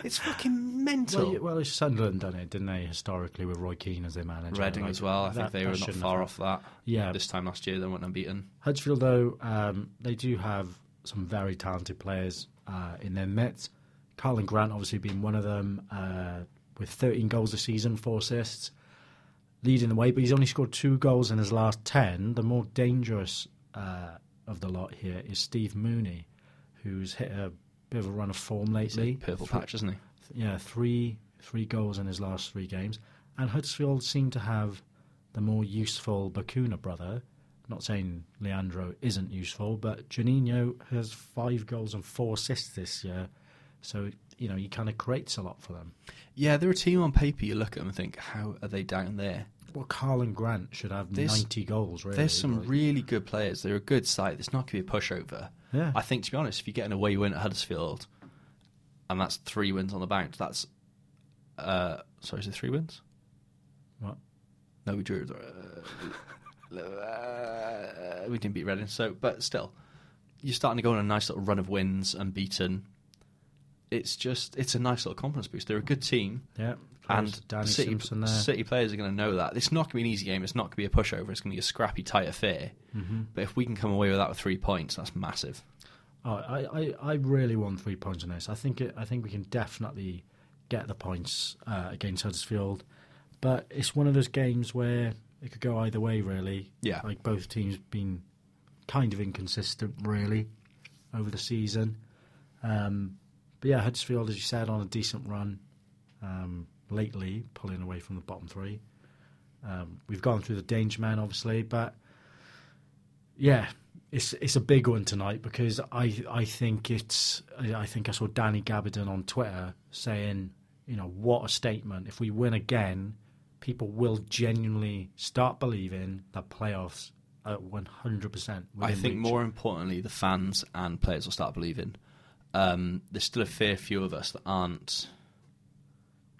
Speaker 2: It's fucking mental.
Speaker 1: Well, yeah, well, it's Sunderland done it, didn't they? Historically, with Roy Keane as their manager,
Speaker 2: Reading
Speaker 1: Like,
Speaker 2: as well. I
Speaker 1: that-
Speaker 2: think they
Speaker 1: that
Speaker 2: were not
Speaker 1: shouldn't
Speaker 2: far
Speaker 1: have-
Speaker 2: off that.
Speaker 1: Yeah.
Speaker 2: this time last year they went unbeaten.
Speaker 1: Huddersfield, though, um, they do have some very talented players uh, in their midst. Carlin Grant obviously being one of them uh, with 13 goals this season, four assists, leading the way. But he's only scored two goals in his last 10. The more dangerous uh, of the lot here is Steve Mooney, who's hit a bit of a run of form
Speaker 2: He's a
Speaker 1: lately.
Speaker 2: purple
Speaker 1: Three-
Speaker 2: patch, isn't he?
Speaker 1: yeah, three three goals in his last three games. And Huddersfield seem to have the more useful Bakuna brother. Not saying Leandro isn't useful, but Janino has five goals and four assists this year. So, you know, he kind of creates a lot for them.
Speaker 2: Yeah, they're a team on paper. You look at them and think, how are they down there?
Speaker 1: Well, Carlin Grant should have
Speaker 2: There's-
Speaker 1: 90 goals, really.
Speaker 2: There's some
Speaker 1: but-
Speaker 2: really good players. They're a good side. It's not going to be a pushover.
Speaker 1: Yeah.
Speaker 2: I think, to be honest, if you get an away win at Huddersfield, and that's three wins on the bounce, that's uh, sorry, is it three wins?
Speaker 1: What?
Speaker 2: No, we drew. Uh, uh, we didn't beat Reading, so but still, you're starting to go on a nice little run of wins unbeaten. It's just it's a nice little confidence boost. They're a good team,
Speaker 1: Yeah.
Speaker 2: and
Speaker 1: Danny
Speaker 2: City,
Speaker 1: Simpson there.
Speaker 2: City players are going to know that it's not going to be an easy game. It's not going to be a pushover. It's going to be a scrappy, tight affair.
Speaker 1: Mm-hmm.
Speaker 2: But if we can come away with that with three points, that's massive.
Speaker 1: Oh, I, I, I really want three points on this. I think it, I think we can definitely get the points uh, against Huddersfield, but it's one of those games where it could go either way, really.
Speaker 2: Yeah.
Speaker 1: like both teams been kind of inconsistent, really, over the season. Um, but yeah, Huddersfield, as you said, on a decent run um, lately, pulling away from the bottom three. Um, we've gone through the danger man, obviously, but yeah, it's it's a big one tonight because I I think it's I I think I saw Danny Gabardine on Twitter saying, you know, what a statement! If we win again, people will genuinely start believing that playoffs are one hundred percent.
Speaker 2: I think more importantly, the fans and players will start believing. Um, there's still a fair few of us that aren't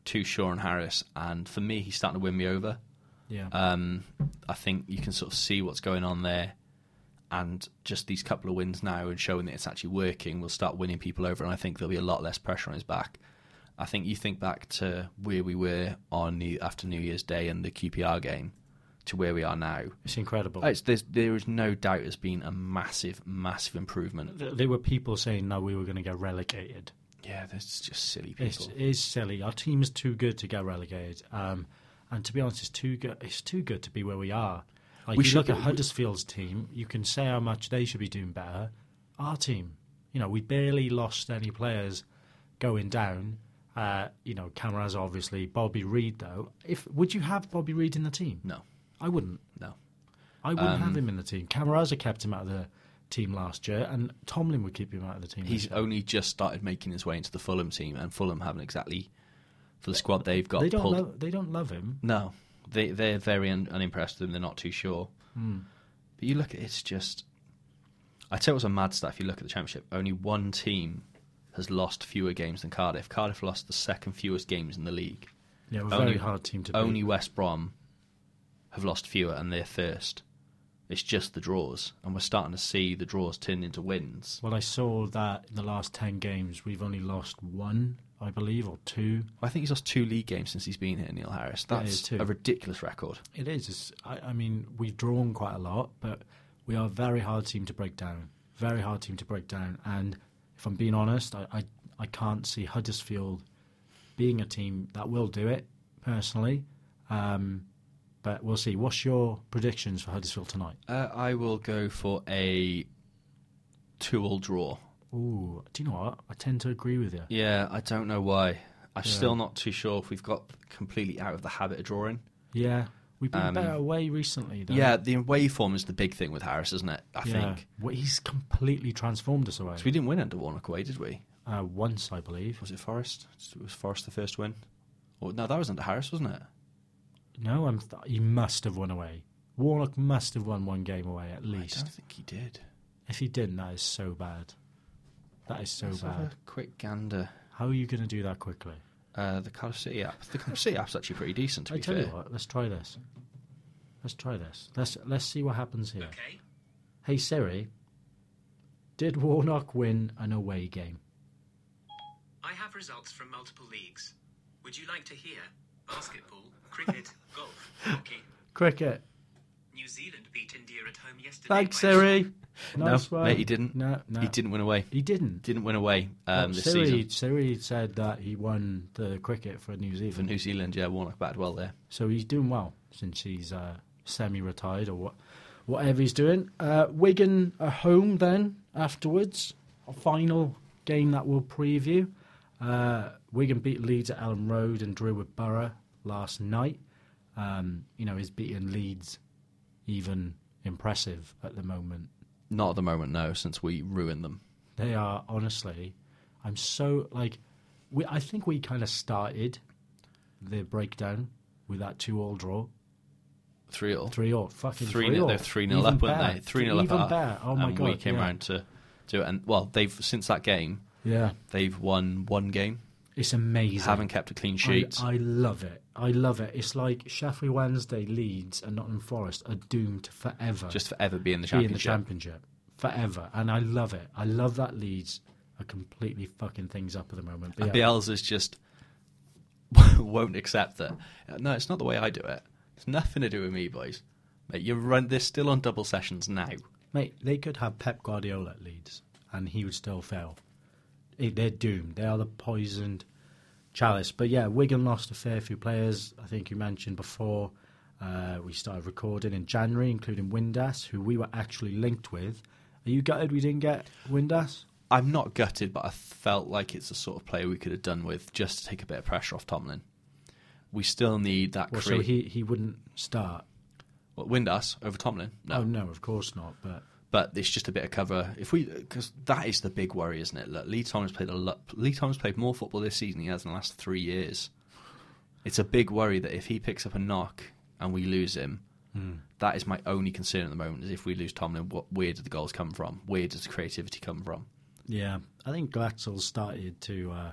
Speaker 2: too sure on Harris, and for me, he's starting to win me over.
Speaker 1: yeah,
Speaker 2: Um, I think you can sort of see what's going on there, and just these couple of wins now and showing that it's actually working will start winning people over, and I think there'll be a lot less pressure on his back. I think you think back to where we were on New, after New Year's Day and the QPR game to where we are now.
Speaker 1: it's incredible.
Speaker 2: Oh, It's, there's, there is no doubt there's been a massive, massive improvement.
Speaker 1: Th- there were people saying no, we were going to get relegated.
Speaker 2: Yeah, there's just silly
Speaker 1: It's,
Speaker 2: people.
Speaker 1: it is silly. Our team is too good to get relegated. Um, and to be honest, it's too good. It's too good to be where we are. Like
Speaker 2: We
Speaker 1: you
Speaker 2: should
Speaker 1: look
Speaker 2: be-
Speaker 1: at Huddersfield's team, you can say how much they should be doing better. Our team, you know, we barely lost any players going down. Uh, you know, Cameras obviously, Bobby Reed though. If would you have Bobby Reed in the team?
Speaker 2: No,
Speaker 1: I wouldn't.
Speaker 2: no.
Speaker 1: I wouldn't
Speaker 2: Um,
Speaker 1: have him in the team. Camaraza kept him out of the team last year, and Tomlin would keep him out of the team. this
Speaker 2: He's
Speaker 1: year.
Speaker 2: only just started making his way into the Fulham team, and Fulham haven't exactly, for the squad they've got,
Speaker 1: they don't.
Speaker 2: pulled.
Speaker 1: Lo- they don't love him.
Speaker 2: No, they they're very un- unimpressed with him. They're not too sure.
Speaker 1: Hmm.
Speaker 2: But you look at it's just. I tell you what's a mad stat. If you look at the championship, only one team has lost fewer games than Cardiff. Cardiff lost the second fewest games in the league.
Speaker 1: Yeah, we're a
Speaker 2: Only-
Speaker 1: very hard team to beat.
Speaker 2: Only West Brom have lost fewer, and they're first. It's just the draws, and we're starting to see the draws turn into wins.
Speaker 1: Well, I saw that in the last 10 games, we've only lost one, I believe, or two.
Speaker 2: I think he's lost two league games since he's been here, Neil Harris.
Speaker 1: Yeah, he
Speaker 2: That's
Speaker 1: is too.
Speaker 2: a ridiculous record.
Speaker 1: It is. It's, I, I mean, we've drawn quite a lot, but we are a very hard team to break down. Very hard team to break down. And if I'm being honest, I, I, I can't see Huddersfield being a team that will do it, personally. Um, but we'll see. What's your predictions for Huddersfield tonight?
Speaker 2: Uh, I will go for a two-all draw.
Speaker 1: Ooh, do you know what? I tend to agree with you.
Speaker 2: Yeah, I don't know why. I'm still not too sure if we've got completely out of the habit of drawing.
Speaker 1: Yeah. We've been better away recently, though.
Speaker 2: Yeah, the away form is the big thing with Harris, isn't it? I
Speaker 1: Yeah.
Speaker 2: think.
Speaker 1: Well, he's completely transformed us away.
Speaker 2: 'Cause we didn't win under Warnock away, did we?
Speaker 1: Uh, once, I believe.
Speaker 2: Was it Forest? Was Forest the first win? Or, no, that was under Harris, wasn't it?
Speaker 1: No, I'm th- he must have won away. Warnock must have won one game away at
Speaker 2: I
Speaker 1: least.
Speaker 2: don't think he did.
Speaker 1: If he didn't, that is so bad. That is so
Speaker 2: Let's have
Speaker 1: bad.
Speaker 2: a quick gander.
Speaker 1: How are you going to do that quickly?
Speaker 2: Uh, the Cardiff City app. The Cardiff City app's actually pretty decent, to
Speaker 1: I
Speaker 2: be
Speaker 1: tell
Speaker 2: fair.
Speaker 1: you what, let's try this. Let's try this. Let's let's see what happens here.
Speaker 4: Okay.
Speaker 1: Hey Siri, did Warnock win an away game?
Speaker 4: I have results from multiple leagues. Would you like to hear? Basketball, cricket, golf, hockey.
Speaker 1: Cricket.
Speaker 4: New Zealand beat India at home yesterday.
Speaker 1: Thanks,
Speaker 4: by-
Speaker 1: Siri. Nice
Speaker 2: no,
Speaker 1: one.
Speaker 2: mate, he didn't.
Speaker 1: No, no.
Speaker 2: He didn't win away.
Speaker 1: He didn't.
Speaker 2: Didn't win away um,
Speaker 1: Well,
Speaker 2: this
Speaker 1: Siri,
Speaker 2: season
Speaker 1: Siri said that he won the cricket for New
Speaker 2: for
Speaker 1: Zealand.
Speaker 2: New Zealand. Yeah, Warnock batted well there.
Speaker 1: So he's doing well since he's uh, semi-retired or what, whatever he's doing. Uh, Wigan are home then afterwards. A final game that we'll preview. Uh, Wigan beat Leeds at Ellen Road and drew with Borough last night. Um, you know, is beating Leeds even impressive at the moment?
Speaker 2: Not at the moment, no, since we ruined them.
Speaker 1: They are honestly. I'm so like, we. I think we kind of started the breakdown with that two-all draw.
Speaker 2: Three all.
Speaker 1: Three or fucking
Speaker 2: three
Speaker 1: three,
Speaker 2: nil.
Speaker 1: or.
Speaker 2: They're three nil
Speaker 1: Even
Speaker 2: up, weren't
Speaker 1: better.
Speaker 2: they? Three nil up.
Speaker 1: Even
Speaker 2: at-
Speaker 1: better. Oh my
Speaker 2: and
Speaker 1: god.
Speaker 2: We came
Speaker 1: yeah.
Speaker 2: round to do it, and well, they've since that game
Speaker 1: Yeah,
Speaker 2: they've won one game,
Speaker 1: it's amazing.
Speaker 2: haven't kept a clean sheet.
Speaker 1: I, I love it. I love it. It's like Sheffield Wednesday, Leeds, and Nottingham Forest are doomed forever.
Speaker 2: just forever be in the
Speaker 1: to be in the
Speaker 2: championship.
Speaker 1: championship forever, and I love it. I love that Leeds are completely fucking things up at the moment. But
Speaker 2: And
Speaker 1: yeah,
Speaker 2: Bielsa's just won't accept that. Uh, No, it's not the way I do it. It's nothing to do with me, boys. Mate, you run. They're still on double sessions now.
Speaker 1: mate, they could have Pep Guardiola at Leeds, and he would still fail. It- They're doomed. They are the poisoned chalice. But yeah, Wigan lost a fair few players. I think you mentioned before uh, we started recording in January, including Windass, who we were actually linked with. Are you gutted we didn't get Windass?
Speaker 2: I'm not gutted, but I felt like it's the sort of player we could have done with just to take a bit of pressure off Tomlin. We still need that.
Speaker 1: Well, so
Speaker 2: Well,
Speaker 1: he, he wouldn't start.
Speaker 2: well, Windass over Tomlin. No,
Speaker 1: Oh no, of course not. But
Speaker 2: but it's just a bit of cover. If we, because that is the big worry, isn't it? Look, Lee Thomas played a lot. Lee Thomas played more football this season than he has in the last three years. It's a big worry that if he picks up a knock and we lose him, that is my only concern at the moment. Is if we lose Tomlin, what where did the goals come from? Where does the creativity come from?
Speaker 1: yeah, I think Glatzel started to uh,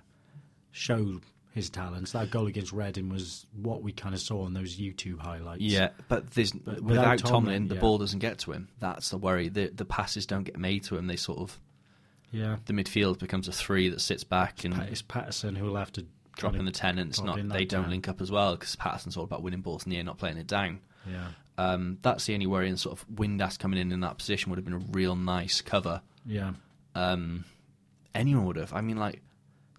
Speaker 1: show his talents. That goal against Reading was what we kind of saw on those YouTube highlights.
Speaker 2: Yeah, but there's without,
Speaker 1: without
Speaker 2: Tomlin,
Speaker 1: Tomlin,
Speaker 2: the
Speaker 1: yeah.
Speaker 2: ball doesn't get to him. That's the worry. The the passes don't get made to him. They sort of
Speaker 1: yeah.
Speaker 2: the midfield becomes a three that sits back and
Speaker 1: Pat- It's Patterson who will have to
Speaker 2: dropping
Speaker 1: kinda
Speaker 2: the ten, and it's
Speaker 1: drop
Speaker 2: not
Speaker 1: in that
Speaker 2: they don't
Speaker 1: 10.
Speaker 2: link up as well because Patterson's all about winning balls in the air, not playing it down.
Speaker 1: Yeah,
Speaker 2: Um, that's the only worry. And sort of Windass coming in in that position would have been a real nice cover.
Speaker 1: yeah.
Speaker 2: Um, anyone would have. I mean, like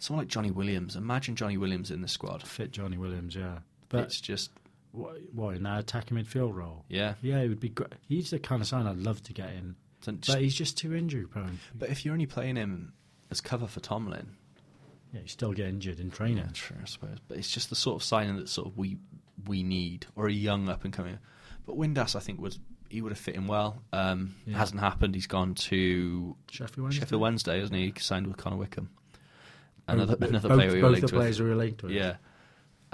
Speaker 2: someone like Johnny Williams. Imagine Johnny Williams in the squad.
Speaker 1: fit Johnny Williams, yeah. But
Speaker 2: it's just
Speaker 1: what, what in that attacking midfield role?
Speaker 2: yeah.
Speaker 1: Yeah, it would be great. He's the kind of sign I'd love to get in,
Speaker 2: Don't- just-
Speaker 1: but he's just too injury prone.
Speaker 2: but if you're only playing him as cover for Tomlin,
Speaker 1: Yeah, you still get injured in training.
Speaker 2: yeah, sure, I suppose. But it's just the sort of signing that sort of we we need or a young up and coming. But Windass, I think, was he would have fit in well. Um,
Speaker 1: Yeah.
Speaker 2: Hasn't happened. He's gone to
Speaker 1: Sheffield Wednesday.
Speaker 2: Sheffield Wednesday, isn't he? He Signed with Connor Wickham. Another
Speaker 1: Both-
Speaker 2: another
Speaker 1: both,
Speaker 2: player we were
Speaker 1: both
Speaker 2: linked
Speaker 1: the players were linked
Speaker 2: with.
Speaker 1: with.
Speaker 2: Yeah.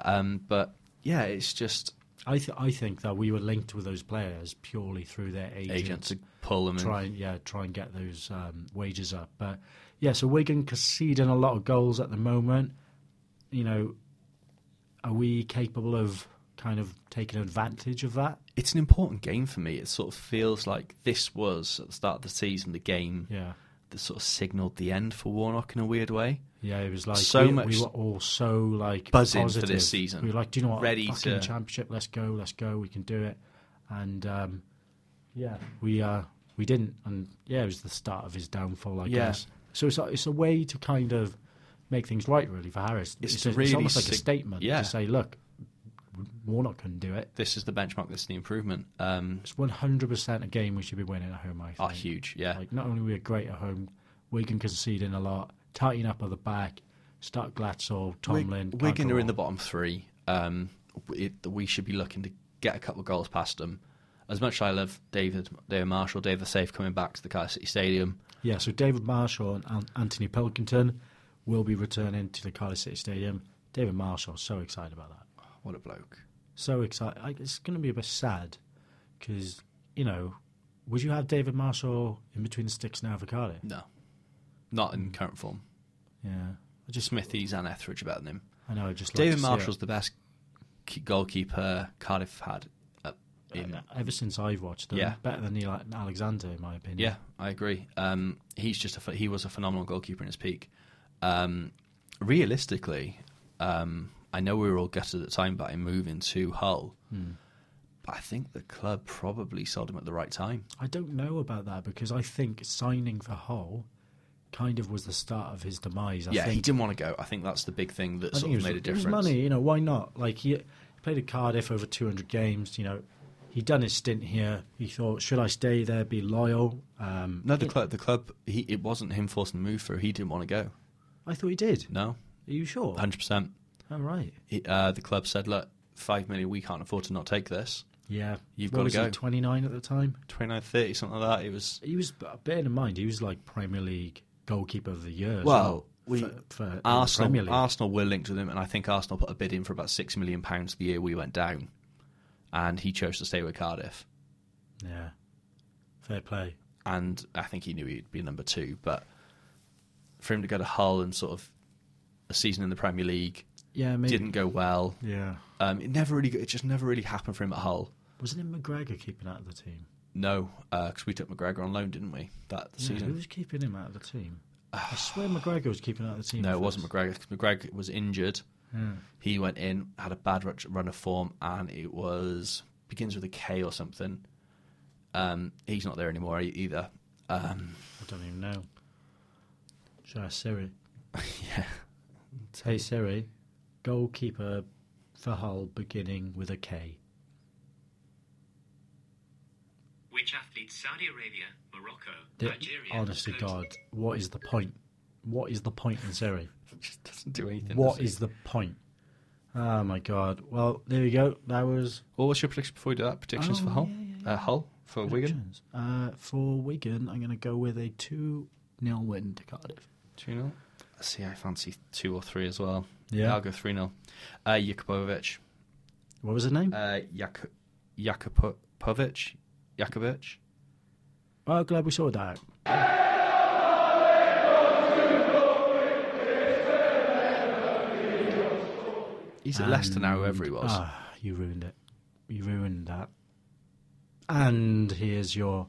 Speaker 2: Um, but yeah, it's just
Speaker 1: I th- I think that we were linked with those players purely through their agents.
Speaker 2: agents to pull them in.
Speaker 1: Try and yeah, try and get those um, wages up. But yeah, so Wigan conceding a lot of goals at the moment. You know, are we capable of kind of taking advantage of that?
Speaker 2: It's an important game for me. It sort of feels like this was at the start of the season the game
Speaker 1: Yeah,
Speaker 2: that sort of signalled the end for Warnock in a weird way.
Speaker 1: yeah. It was like
Speaker 2: So
Speaker 1: we,
Speaker 2: much
Speaker 1: we were all so like
Speaker 2: buzzing for
Speaker 1: positive.
Speaker 2: this season.
Speaker 1: We were like, do you know what?
Speaker 2: Ready
Speaker 1: Fucking
Speaker 2: to-
Speaker 1: championship. Let's go. Let's go. We can do it. And um, yeah, we uh, we didn't. And yeah, it was the start of his downfall, I
Speaker 2: Yeah.
Speaker 1: guess. So it's a, it's a way to kind of make things right, really, for Harris.
Speaker 2: It's
Speaker 1: a,
Speaker 2: to really
Speaker 1: almost like a
Speaker 2: sig-
Speaker 1: statement
Speaker 2: yeah.
Speaker 1: to say, look, Warnock can do it.
Speaker 2: This is the benchmark. This is the improvement. Um,
Speaker 1: It's 100% a game we should be winning at home. I think.
Speaker 2: are huge. Yeah.
Speaker 1: Like not only are we great at home, we can concede in a lot, tighten up at the back, start Glatzel, Tomlin.
Speaker 2: Wig- Wigan
Speaker 1: Gago.
Speaker 2: are in the bottom three. Um, it, we should be looking to get a couple of goals past them. As much as I love David, David Marshall, David Safe coming back to the Cardiff City Stadium,
Speaker 1: Yeah, so David Marshall and An- Anthony Pilkington will be returning to the Cardiff City Stadium. David Marshall, so excited about that.
Speaker 2: what a bloke!
Speaker 1: So excited. I, it's going to be a bit sad because, you know, would you have David Marshall in between the sticks now for Cardiff?
Speaker 2: No, not
Speaker 1: Mm.
Speaker 2: in current form.
Speaker 1: Yeah. I just,
Speaker 2: Smithies and Etheridge about them.
Speaker 1: I know, I just like
Speaker 2: David
Speaker 1: to see it.
Speaker 2: Marshall's the best k- goalkeeper Cardiff had. Up in,
Speaker 1: Ever since I've watched them,
Speaker 2: Yeah.
Speaker 1: better than Neil Alexander, in my opinion.
Speaker 2: Yeah, I agree. Um, he's just a ph- he was a phenomenal goalkeeper in his peak. Um,
Speaker 1: Hmm.
Speaker 2: realistically, um, I know we were all gutted at the time about him moving to Hull. But I think the club probably sold him at the right time.
Speaker 1: I don't know about that because I think signing for Hull kind of was the start of his demise. I
Speaker 2: yeah,
Speaker 1: think
Speaker 2: he didn't want to go. I think that's the big thing that
Speaker 1: I
Speaker 2: sort
Speaker 1: think
Speaker 2: of
Speaker 1: it was,
Speaker 2: made a
Speaker 1: it was
Speaker 2: difference.
Speaker 1: money, you know, why not? Like he, he played at Cardiff over 200 games, you know. He'd done his stint here. He thought, should I stay there, be loyal? Um,
Speaker 2: No, the club. The club. He, it wasn't him forcing the move through. He didn't want to go.
Speaker 1: I thought he did.
Speaker 2: No,
Speaker 1: Are you sure?
Speaker 2: hundred percent.
Speaker 1: All right.
Speaker 2: Uh, the club said, "Look, five million. We can't afford to not take this."
Speaker 1: Yeah.
Speaker 2: You've
Speaker 1: What
Speaker 2: gotta
Speaker 1: was
Speaker 2: go.
Speaker 1: He, 29 at the time?
Speaker 2: 29, 30, something like that. It was
Speaker 1: He was, bearing in mind, he was like Premier League goalkeeper of the year. as
Speaker 2: well.
Speaker 1: well
Speaker 2: We
Speaker 1: for, for in the Premier
Speaker 2: Arsenal.
Speaker 1: League.
Speaker 2: Arsenal were linked with him, and I think Arsenal put a bid in for about six million pounds the year we went down, and he chose to stay with Cardiff.
Speaker 1: yeah. Fair play.
Speaker 2: And I think he knew he'd be number two, but for him to go to Hull and sort of a season in the Premier League
Speaker 1: Yeah, maybe.
Speaker 2: didn't go well.
Speaker 1: Yeah.
Speaker 2: Um, it never really, it just never really happened for him at Hull.
Speaker 1: Wasn't it McGregor keeping out of the team?
Speaker 2: No, because we took McGregor on loan, didn't we? That
Speaker 1: Yeah,
Speaker 2: season. Ah.
Speaker 1: who was keeping him out of the team? I swear McGregor was keeping out of the team. Hmm.
Speaker 2: no, it
Speaker 1: first.
Speaker 2: wasn't McGregor. 'cause McGregor was injured.
Speaker 1: Yeah.
Speaker 2: He went in, had a bad rut- run of form, and it was begins with a K or something. Um, he's not there anymore e- either. Um,
Speaker 1: I don't even know. Should I ask Siri?
Speaker 2: yeah,
Speaker 1: Hey Siri, goalkeeper for Hull beginning with a K.
Speaker 4: Which athletes Saudi Arabia, Morocco,
Speaker 1: The-
Speaker 4: Nigeria.
Speaker 1: honestly,
Speaker 4: coached-
Speaker 1: God, what is the point? What is the point in Siri?
Speaker 2: just doesn't do anything.
Speaker 1: What
Speaker 2: does
Speaker 1: is
Speaker 2: he?
Speaker 1: the point? Oh my God! Well, there you go. That was
Speaker 2: Well, what's your prediction before we do that? Predictions
Speaker 1: Oh,
Speaker 2: for Hull,
Speaker 1: yeah, yeah,
Speaker 2: Uh, Hull for Wigan.
Speaker 1: predictions. Uh, for Wigan, I'm going to go with a two 0 win to Cardiff.
Speaker 2: Two 0 See, I fancy two or three as well.
Speaker 1: Yeah.
Speaker 2: I'll go three 0 Uh, Yakubovic.
Speaker 1: What was his name?
Speaker 2: uh, Yak- Yakupovic, Yakovic.
Speaker 1: oh, glad we sorted that out.
Speaker 2: He's at Leicester now, whoever he
Speaker 1: And-
Speaker 2: was.
Speaker 1: Ah, you ruined it. You ruined that. And here's your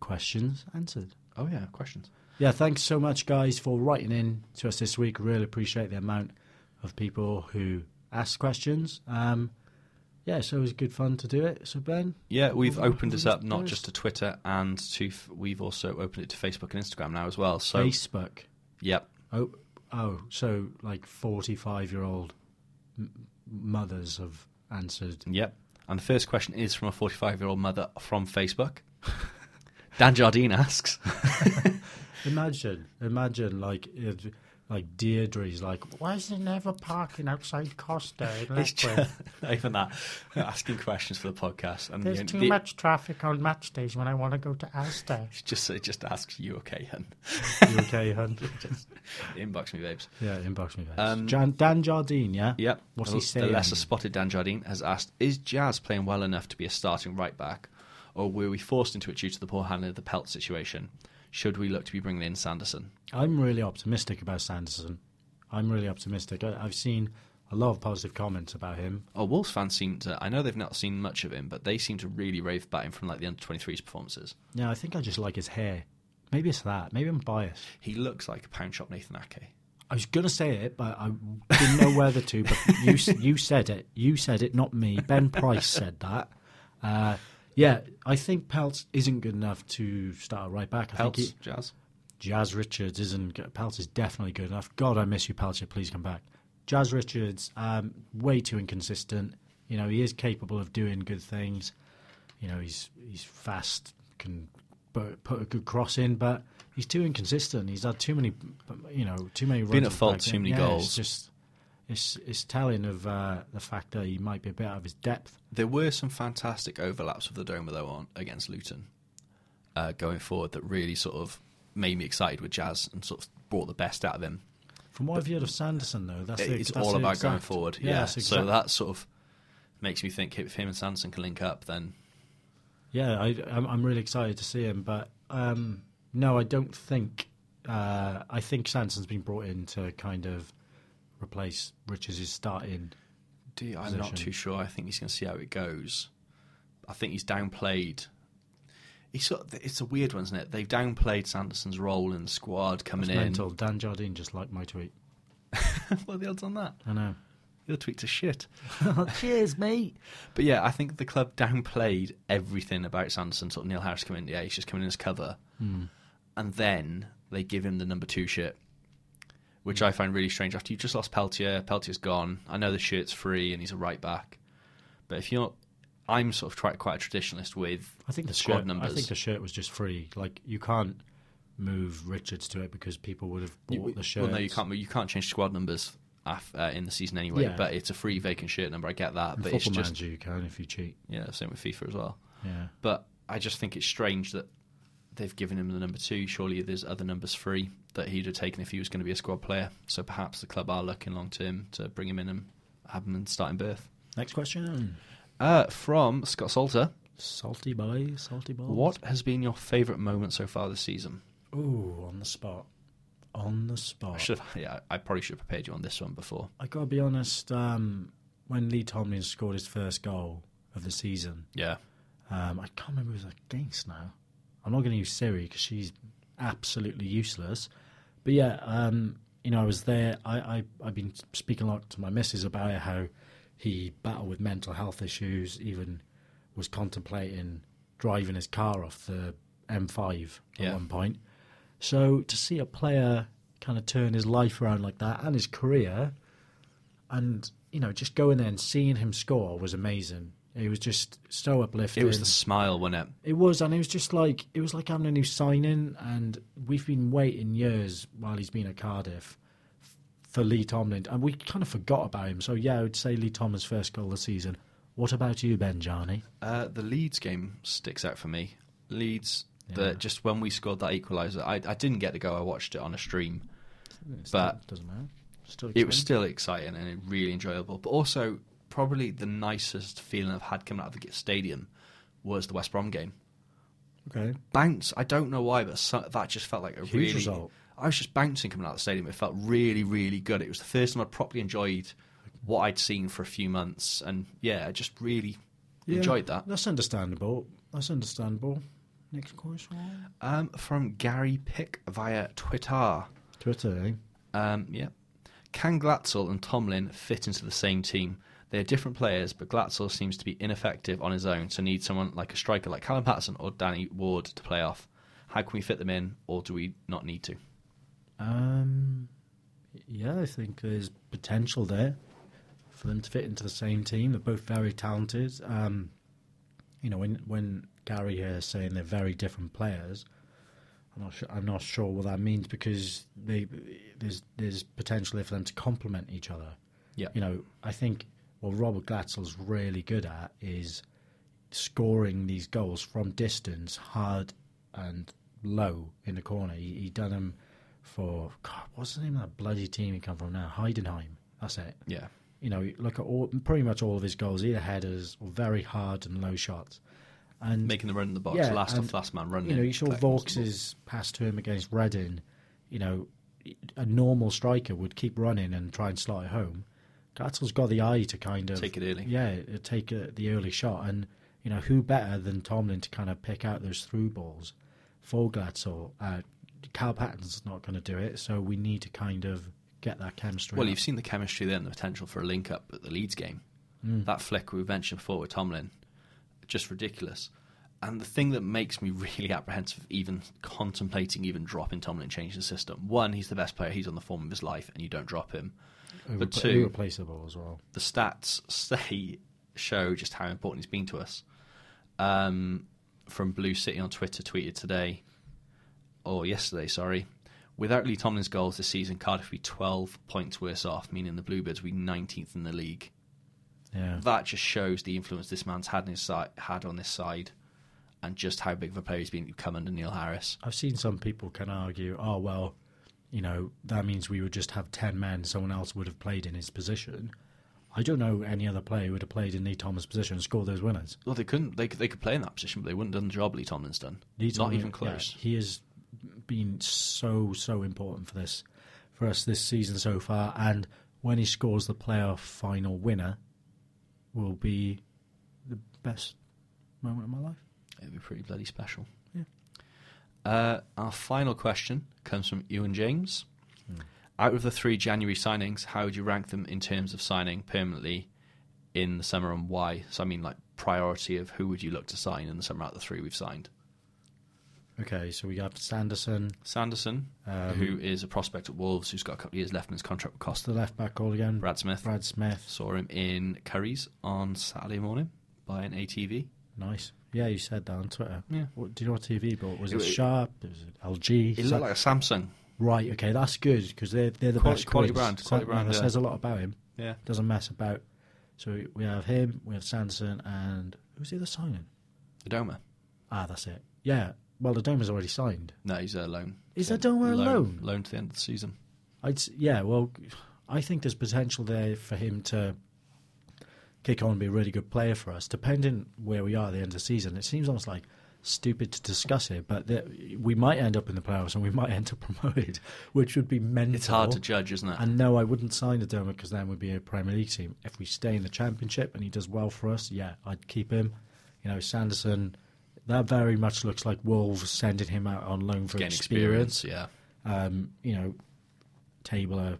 Speaker 1: questions answered.
Speaker 2: oh yeah, questions.
Speaker 1: Yeah, thanks so much, guys, for writing in to us this week. Really appreciate the amount of people who asked questions. Um, yeah, so it was good fun to do it. So Ben,
Speaker 2: Yeah, we've
Speaker 1: Well,
Speaker 2: opened this
Speaker 1: who's
Speaker 2: up not
Speaker 1: first?
Speaker 2: just to Twitter and to f- we've also opened it to Facebook and Instagram now as well. So
Speaker 1: Facebook.
Speaker 2: yep,
Speaker 1: Oh, oh, so like forty-five-year-old m- mothers have answered.
Speaker 2: yep. And the first question is from a 45 year old mother from Facebook. Dan Jardine asks,
Speaker 1: Imagine, imagine, like, if, like Deirdre's like, why is there never parking outside Costa in
Speaker 2: It's
Speaker 1: Leckwith?
Speaker 2: not even that, asking questions for the podcast, and
Speaker 5: There's
Speaker 2: the-
Speaker 5: too
Speaker 2: the-
Speaker 5: much traffic on match days when I want to go to Asda.
Speaker 2: it's just it just asks you okay, hun.
Speaker 1: You okay, hun?
Speaker 2: Just inbox me, babes.
Speaker 1: Yeah, inbox me. guys.
Speaker 2: Um,
Speaker 1: Jan, Dan Jardine, yeah?
Speaker 2: Yep.
Speaker 1: What's
Speaker 2: the,
Speaker 1: he saying?
Speaker 2: The lesser spotted Dan Jardine has asked Is Jazz playing well enough to be a starting right back, or were we forced into it due to the poor handling of the pelt situation? Should we look to be bringing in Sanderson?
Speaker 1: I'm really optimistic about Sanderson. I'm really optimistic. I, I've seen a lot of positive comments about him.
Speaker 2: Oh, Wolves fans seem to. I know they've not seen much of him, but they seem to really rave about him from like the under 23s performances.
Speaker 1: Yeah, I think I just like his hair. Maybe it's that. Maybe I'm biased.
Speaker 2: He looks like a pound shop Nathan Ake.
Speaker 1: I was going to say it, but I didn't know whether to. But you you said it. You said it, not me. Ben Price said that. Uh, yeah, I think Peltz isn't good enough to start a right back. I think
Speaker 2: Pelts,
Speaker 1: he-
Speaker 2: Jazz.
Speaker 1: Jazz Richards isn't. good- Peltz is definitely good enough. God, I miss you, Peltz. Please come back. Jazz Richards, um, way too inconsistent. You know, he is capable of doing good things. You know, he's he's fast, can bu- put a good cross in, but he's too inconsistent. He's had too many, you know, too many.
Speaker 2: Been
Speaker 1: runs
Speaker 2: at fault
Speaker 1: back
Speaker 2: too
Speaker 1: in.
Speaker 2: many
Speaker 1: Yeah,
Speaker 2: goals.
Speaker 1: It's just it's it's telling of uh, the fact that he might be a bit out of his depth.
Speaker 2: There were some fantastic overlaps of the Doma, though, on, against Luton uh, going forward that really sort of made me excited with Jazz and sort of brought the best out of him.
Speaker 1: From what I've heard of Sanderson, though, that's the-
Speaker 2: it's
Speaker 1: that's
Speaker 2: all
Speaker 1: the
Speaker 2: about going
Speaker 1: exact-
Speaker 2: forward. Yeah.
Speaker 1: that's
Speaker 2: so
Speaker 1: exact-
Speaker 2: that sort of makes me think if him and Sanson can link up, then
Speaker 1: Yeah, I, I'm, I'm really excited to see him, but um, no, I don't think. Uh, I think Sanson's been brought in to kind of replace Richards' starting.
Speaker 2: I'm
Speaker 1: Position.
Speaker 2: not too sure. I think he's going to see how it goes. I think he's downplayed. He's sort of, it's a weird one, isn't it? They've downplayed Sanderson's role in the squad
Speaker 1: It's
Speaker 2: coming in.
Speaker 1: mental. Dan Jardine just liked my tweet.
Speaker 2: what are the odds on that?
Speaker 1: I know.
Speaker 2: your tweets are shit.
Speaker 1: Oh, Cheers, mate.
Speaker 2: But yeah, I think the club downplayed everything about Sanderson. Sort of Neil Harris coming in, yeah, he's just coming in as cover.
Speaker 1: Hmm.
Speaker 2: And then they give him the number two shirt, which I find really strange. After you've just lost Peltier, Peltier's gone. I know the shirt's free and he's a right back. But if you're. I'm sort of quite, quite a traditionalist with
Speaker 1: I think the,
Speaker 2: squad
Speaker 1: shirt,
Speaker 2: numbers.
Speaker 1: I think the shirt was just free. Like you can't move Richards to it because people would have
Speaker 2: You-
Speaker 1: bought the shirt.
Speaker 2: Well, no, you can't. You can't change squad numbers af, uh, in the season anyway.
Speaker 1: Yeah.
Speaker 2: But it's a free vacant shirt number. I get that,
Speaker 1: And
Speaker 2: but it's
Speaker 1: football
Speaker 2: just
Speaker 1: manager, you can if you cheat.
Speaker 2: yeah. Same with FIFA as well.
Speaker 1: Yeah.
Speaker 2: But I just think it's strange that they've given him the number two. Surely there's other numbers three that he'd have taken if he was going to be a squad player. So perhaps the club are looking long term to bring him in and have him in starting berth.
Speaker 1: Next question.
Speaker 2: Uh, from Scott Salter,
Speaker 1: Salty boy, salty boy.
Speaker 2: what has been your favourite moment so far this season?
Speaker 1: Ooh, on the spot. On the spot.
Speaker 2: I should have, yeah, I probably should have prepared you on this one before.
Speaker 1: I gotta be honest. Um, when Lee Tomlin scored his first goal of the season,
Speaker 2: Yeah,
Speaker 1: um, I can't remember who it was against now. I'm not going to use Siri because she's absolutely useless. But yeah, um, you know, I was there. I, I I've been speaking a lot to my missus about it, how he battled with mental health issues, even was contemplating driving his car off the M5 at
Speaker 2: Yeah.
Speaker 1: one point. So to see a player kind of turn his life around like that and his career, and you know, just going there and seeing him score was amazing. It was just so uplifting.
Speaker 2: it was the smile, wasn't it?
Speaker 1: It was, and it was just like it was like having a new signing, and we've been waiting years while he's been at Cardiff f- for Lee Tomlin, and we kind of forgot about him. So yeah, I would say Lee Tomlin's first goal of the season. What about you, Ben Jarney?
Speaker 2: Uh, the Leeds game sticks out for me. Leeds, the,
Speaker 1: Yeah.
Speaker 2: just when we scored that equaliser, I, I didn't get to go. I watched it on a stream. But-
Speaker 1: doesn't matter. Still
Speaker 2: It was still exciting and really enjoyable. But also, probably the nicest feeling I've had coming out of the stadium was the West Brom game.
Speaker 1: okay.
Speaker 2: Bounce, I don't know why, but so, that just felt like a
Speaker 1: Huge
Speaker 2: really.
Speaker 1: result.
Speaker 2: I was just bouncing coming out of the stadium. It felt really, really good. It was the first time I properly enjoyed what I'd seen for a few months. And yeah, I just really enjoyed that.
Speaker 1: That's understandable. That's understandable. Next question.
Speaker 2: Um, from Gary Pick via Twitter.
Speaker 1: Twitter. Eh?
Speaker 2: Um, yeah. Can Glatzel and Tomlin fit into the same team? They're different players, but Glatzel seems to be ineffective on his own, so need someone like a striker like Callum Patterson or Danny Ward to play off. How can we fit them in, or do we not need to?
Speaker 1: Um, yeah, I think there's potential there for them to fit into the same team. They're both very talented. Um, you know, when when Gary here is saying they're very different players, I'm not sure, I'm not sure what that means because they there's there's potential there for them to complement each other.
Speaker 2: Yeah.
Speaker 1: You know, I think what Robert Glatzel's really good at is scoring these goals from distance, hard and low in the corner. He, he done them for God. What's the name of that bloody team he come from now? Heidenheim. That's it.
Speaker 2: Yeah.
Speaker 1: You know, look at all pretty much all of his goals, either headers or very hard and low shots. And
Speaker 2: Making the run in the box,
Speaker 1: Yeah,
Speaker 2: last
Speaker 1: and,
Speaker 2: off last man running.
Speaker 1: you know, you saw
Speaker 2: collecting the ball.
Speaker 1: Vaux's pass to him against Reading. You know, a normal striker would keep running and try and slot it home. Gattel's got the eye to kind of
Speaker 2: Take it early.
Speaker 1: Yeah, take uh the early shot, and you know who better than Tomlin to kind of pick out those through balls for Glatzel. Uh, Cal Patton's not going to do it, so we need to kind of get that chemistry.
Speaker 2: Well,
Speaker 1: up.
Speaker 2: you've seen the chemistry there and the potential for a link up at the Leeds game. That flick we mentioned before with Tomlin, just ridiculous. And the thing that makes me really apprehensive, even contemplating even dropping Tomlin, changing the system. One, he's the best player, he's on the form of his life, and you don't drop him. But
Speaker 1: Irrepla-
Speaker 2: two,
Speaker 1: irreplaceable as well.
Speaker 2: the stats say show just how important he's been to us. Um, from Blue City on Twitter tweeted today, or yesterday, sorry. Without Lee Tomlin's goals this season, Cardiff would be 12 points worse off, meaning the Bluebirds would be 19th in the league.
Speaker 1: Yeah,
Speaker 2: That just shows the influence this man's had, in his side, had on this side and just how big of a player he's been to come under Neil Harris.
Speaker 1: I've seen some people can argue, oh well, you know that means we would just have ten men. Someone else would have played in his position. I don't know any other player who would have played in Lee Thomas' position and scored those winners.
Speaker 2: Well, they couldn't. They, could- they could play in that position, but they wouldn't have done the job Lee Tomlin's done.
Speaker 1: Lee
Speaker 2: Not
Speaker 1: Tomlin-
Speaker 2: even close.
Speaker 1: yeah, he has been so so important for this for us this season so far, and when he scores the playoff final winner, will be the best moment of my life.
Speaker 2: It'd be pretty bloody special.
Speaker 1: Yeah.
Speaker 2: Uh, our final question comes from Ewan James. Out of the three January signings, how would you rank them in terms of signing permanently in the summer and why? So I mean, like priority of who would you look to sign in the summer out of the three we've signed?
Speaker 1: Okay, so we have Sanderson.
Speaker 2: Sanderson,
Speaker 1: Um,
Speaker 2: who is a prospect at Wolves, who's got a couple of years left in his contract with
Speaker 1: What's
Speaker 2: Costa.
Speaker 1: the left back called again?
Speaker 2: Brad Smith.
Speaker 1: Brad Smith.
Speaker 2: Saw him in Curry's on Saturday morning by an ATV.
Speaker 1: Nice. Yeah, you said that on Twitter.
Speaker 2: Yeah.
Speaker 1: What, do you know what TV he bought? Was
Speaker 2: It
Speaker 1: it,
Speaker 2: wa-
Speaker 1: Sharp? Was it LG?
Speaker 2: He looked like a Samsung.
Speaker 1: right. Okay, that's good because they're they're the
Speaker 2: Quality-
Speaker 1: best
Speaker 2: quality
Speaker 1: quids.
Speaker 2: brand,
Speaker 1: So,
Speaker 2: quality
Speaker 1: yeah,
Speaker 2: brand,
Speaker 1: That
Speaker 2: yeah.
Speaker 1: says a lot about him.
Speaker 2: Yeah.
Speaker 1: Doesn't mess about. So we have him. We have Sanderson, and who's the other signing?
Speaker 2: Adoma.
Speaker 1: Ah, that's it. Yeah. Well, the Doma's already signed.
Speaker 2: No, he's uh, a loan.
Speaker 1: Is Adoma a
Speaker 2: loan?
Speaker 1: loan?
Speaker 2: Loan to the end of the season.
Speaker 1: I'd s- yeah. Well, I think there's potential there for him to kick on and be a really good player for us. Depending where we are at the end of the season, it seems almost like stupid to discuss it, but that we might end up in the playoffs and we might end up promoted, which would be mental.
Speaker 2: It's hard to judge, isn't it?
Speaker 1: And no, I wouldn't sign Adoma because then we'd be a Premier League team. If we stay in the Championship and he does well for us, yeah, I'd keep him. You know, Sanderson, that very much looks like Wolves sending him out on loan for
Speaker 2: Gain
Speaker 1: experience
Speaker 2: experience. Yeah.
Speaker 1: um, you know, table a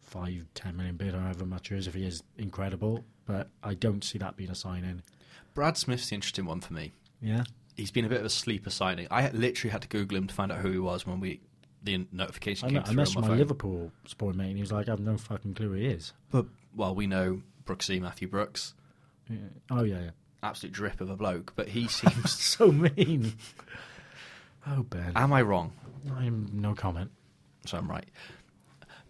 Speaker 1: five, ten million bid or however much it is if he is incredible. But I don't see that being a sign in.
Speaker 2: Brad Smith's the interesting one for me.
Speaker 1: Yeah.
Speaker 2: He's been a bit of a sleeper signing. I literally had to Google him to find out who he was when we the notification
Speaker 1: I,
Speaker 2: came
Speaker 1: met, I
Speaker 2: through
Speaker 1: messaged
Speaker 2: on
Speaker 1: my
Speaker 2: my, phone.
Speaker 1: Liverpool sport mate and he was like, I've no fucking clue who he is.
Speaker 2: But well, we know Brooksy Matthew Brooks,
Speaker 1: Yeah. Oh, yeah, yeah.
Speaker 2: absolute drip of a bloke. But he seems.
Speaker 1: So mean. oh, Ben.
Speaker 2: am I wrong?
Speaker 1: I'm no comment.
Speaker 2: So I'm right.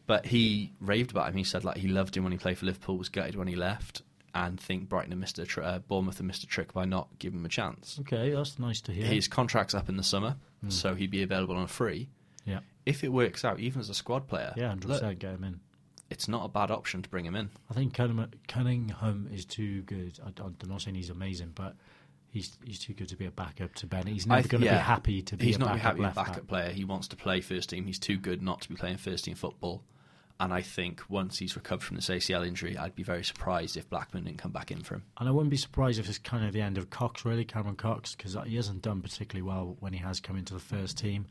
Speaker 2: But he raved about him. He said like he loved him when he played for Liverpool, was gutted when he left, and think Brighton and Mister Tr- uh, Bournemouth and Mister Trick by not giving him a chance.
Speaker 1: Okay, that's nice to hear.
Speaker 2: His contract's up in the summer,
Speaker 1: Hmm.
Speaker 2: so he'd be available on a free.
Speaker 1: yeah,
Speaker 2: If it works out, even as a squad player,
Speaker 1: yeah, 100%
Speaker 2: Uh, look,
Speaker 1: get him in.
Speaker 2: it's not a bad option to bring him in.
Speaker 1: I think Cunningham, Cunningham is too good. I, am not saying he's amazing, but he's he's too good to be a backup to Ben. He's
Speaker 2: I
Speaker 1: never
Speaker 2: th-
Speaker 1: going to
Speaker 2: yeah.
Speaker 1: be happy to be
Speaker 2: He's
Speaker 1: a
Speaker 2: not gonna be
Speaker 1: backup
Speaker 2: happy with
Speaker 1: left
Speaker 2: backup
Speaker 1: back.
Speaker 2: player. He wants to play first team. He's too good not to be playing first team football. And I think once he's recovered from this ACL injury, I'd be very surprised if Blackman didn't come back in for him.
Speaker 1: And I wouldn't be surprised if it's kind of the end of Cox, really, Cameron Cox, because he hasn't done particularly well when he has come into the first team.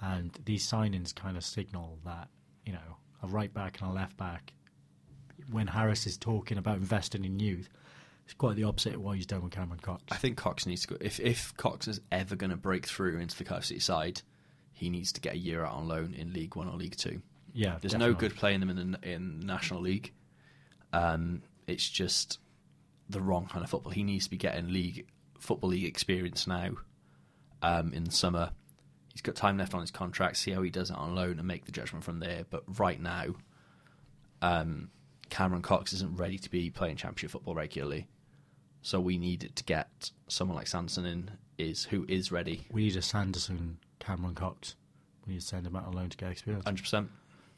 Speaker 1: And these signings kind of signal that, you know, a right back and a left back, when Harris is talking about investing in youth, it's quite the opposite of what he's done with Cameron Cox.
Speaker 2: I think Cox needs to go. If, if Cox is ever going to break through into the Cardiff City side, he needs to get a year out on loan in League One or League Two.
Speaker 1: yeah,
Speaker 2: There's no
Speaker 1: definitely.
Speaker 2: good playing them in the, in the National League. Um, it's just the wrong kind of football. He needs to be getting league football league experience now um, in the summer. He's got time left on his contract. See how he does it on loan and make the judgment from there. But right now, um, Cameron Cox isn't ready to be playing championship football regularly. So we need to get someone like Sanson in, is who is ready,
Speaker 1: We need a Sanderson, Cameron Cox. We need to send him out on loan to get experience.
Speaker 2: hundred percent.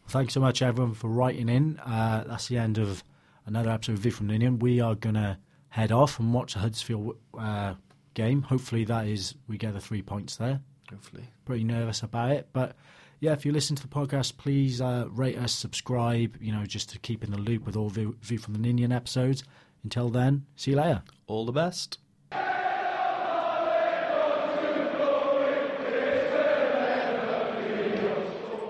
Speaker 1: Thanks so much, everyone, for writing in. Uh, that's the end of another episode of View from the Union. We are going to head off and watch the Huddersfield uh, game. Hopefully, that is we get the three points there.
Speaker 2: Hopefully,
Speaker 1: Pretty nervous about it, but yeah, if you listen to the podcast, please uh, rate us, subscribe. You know, just to keep in the loop with all View, View from the Union episodes. Until then, see you later.
Speaker 2: all the best.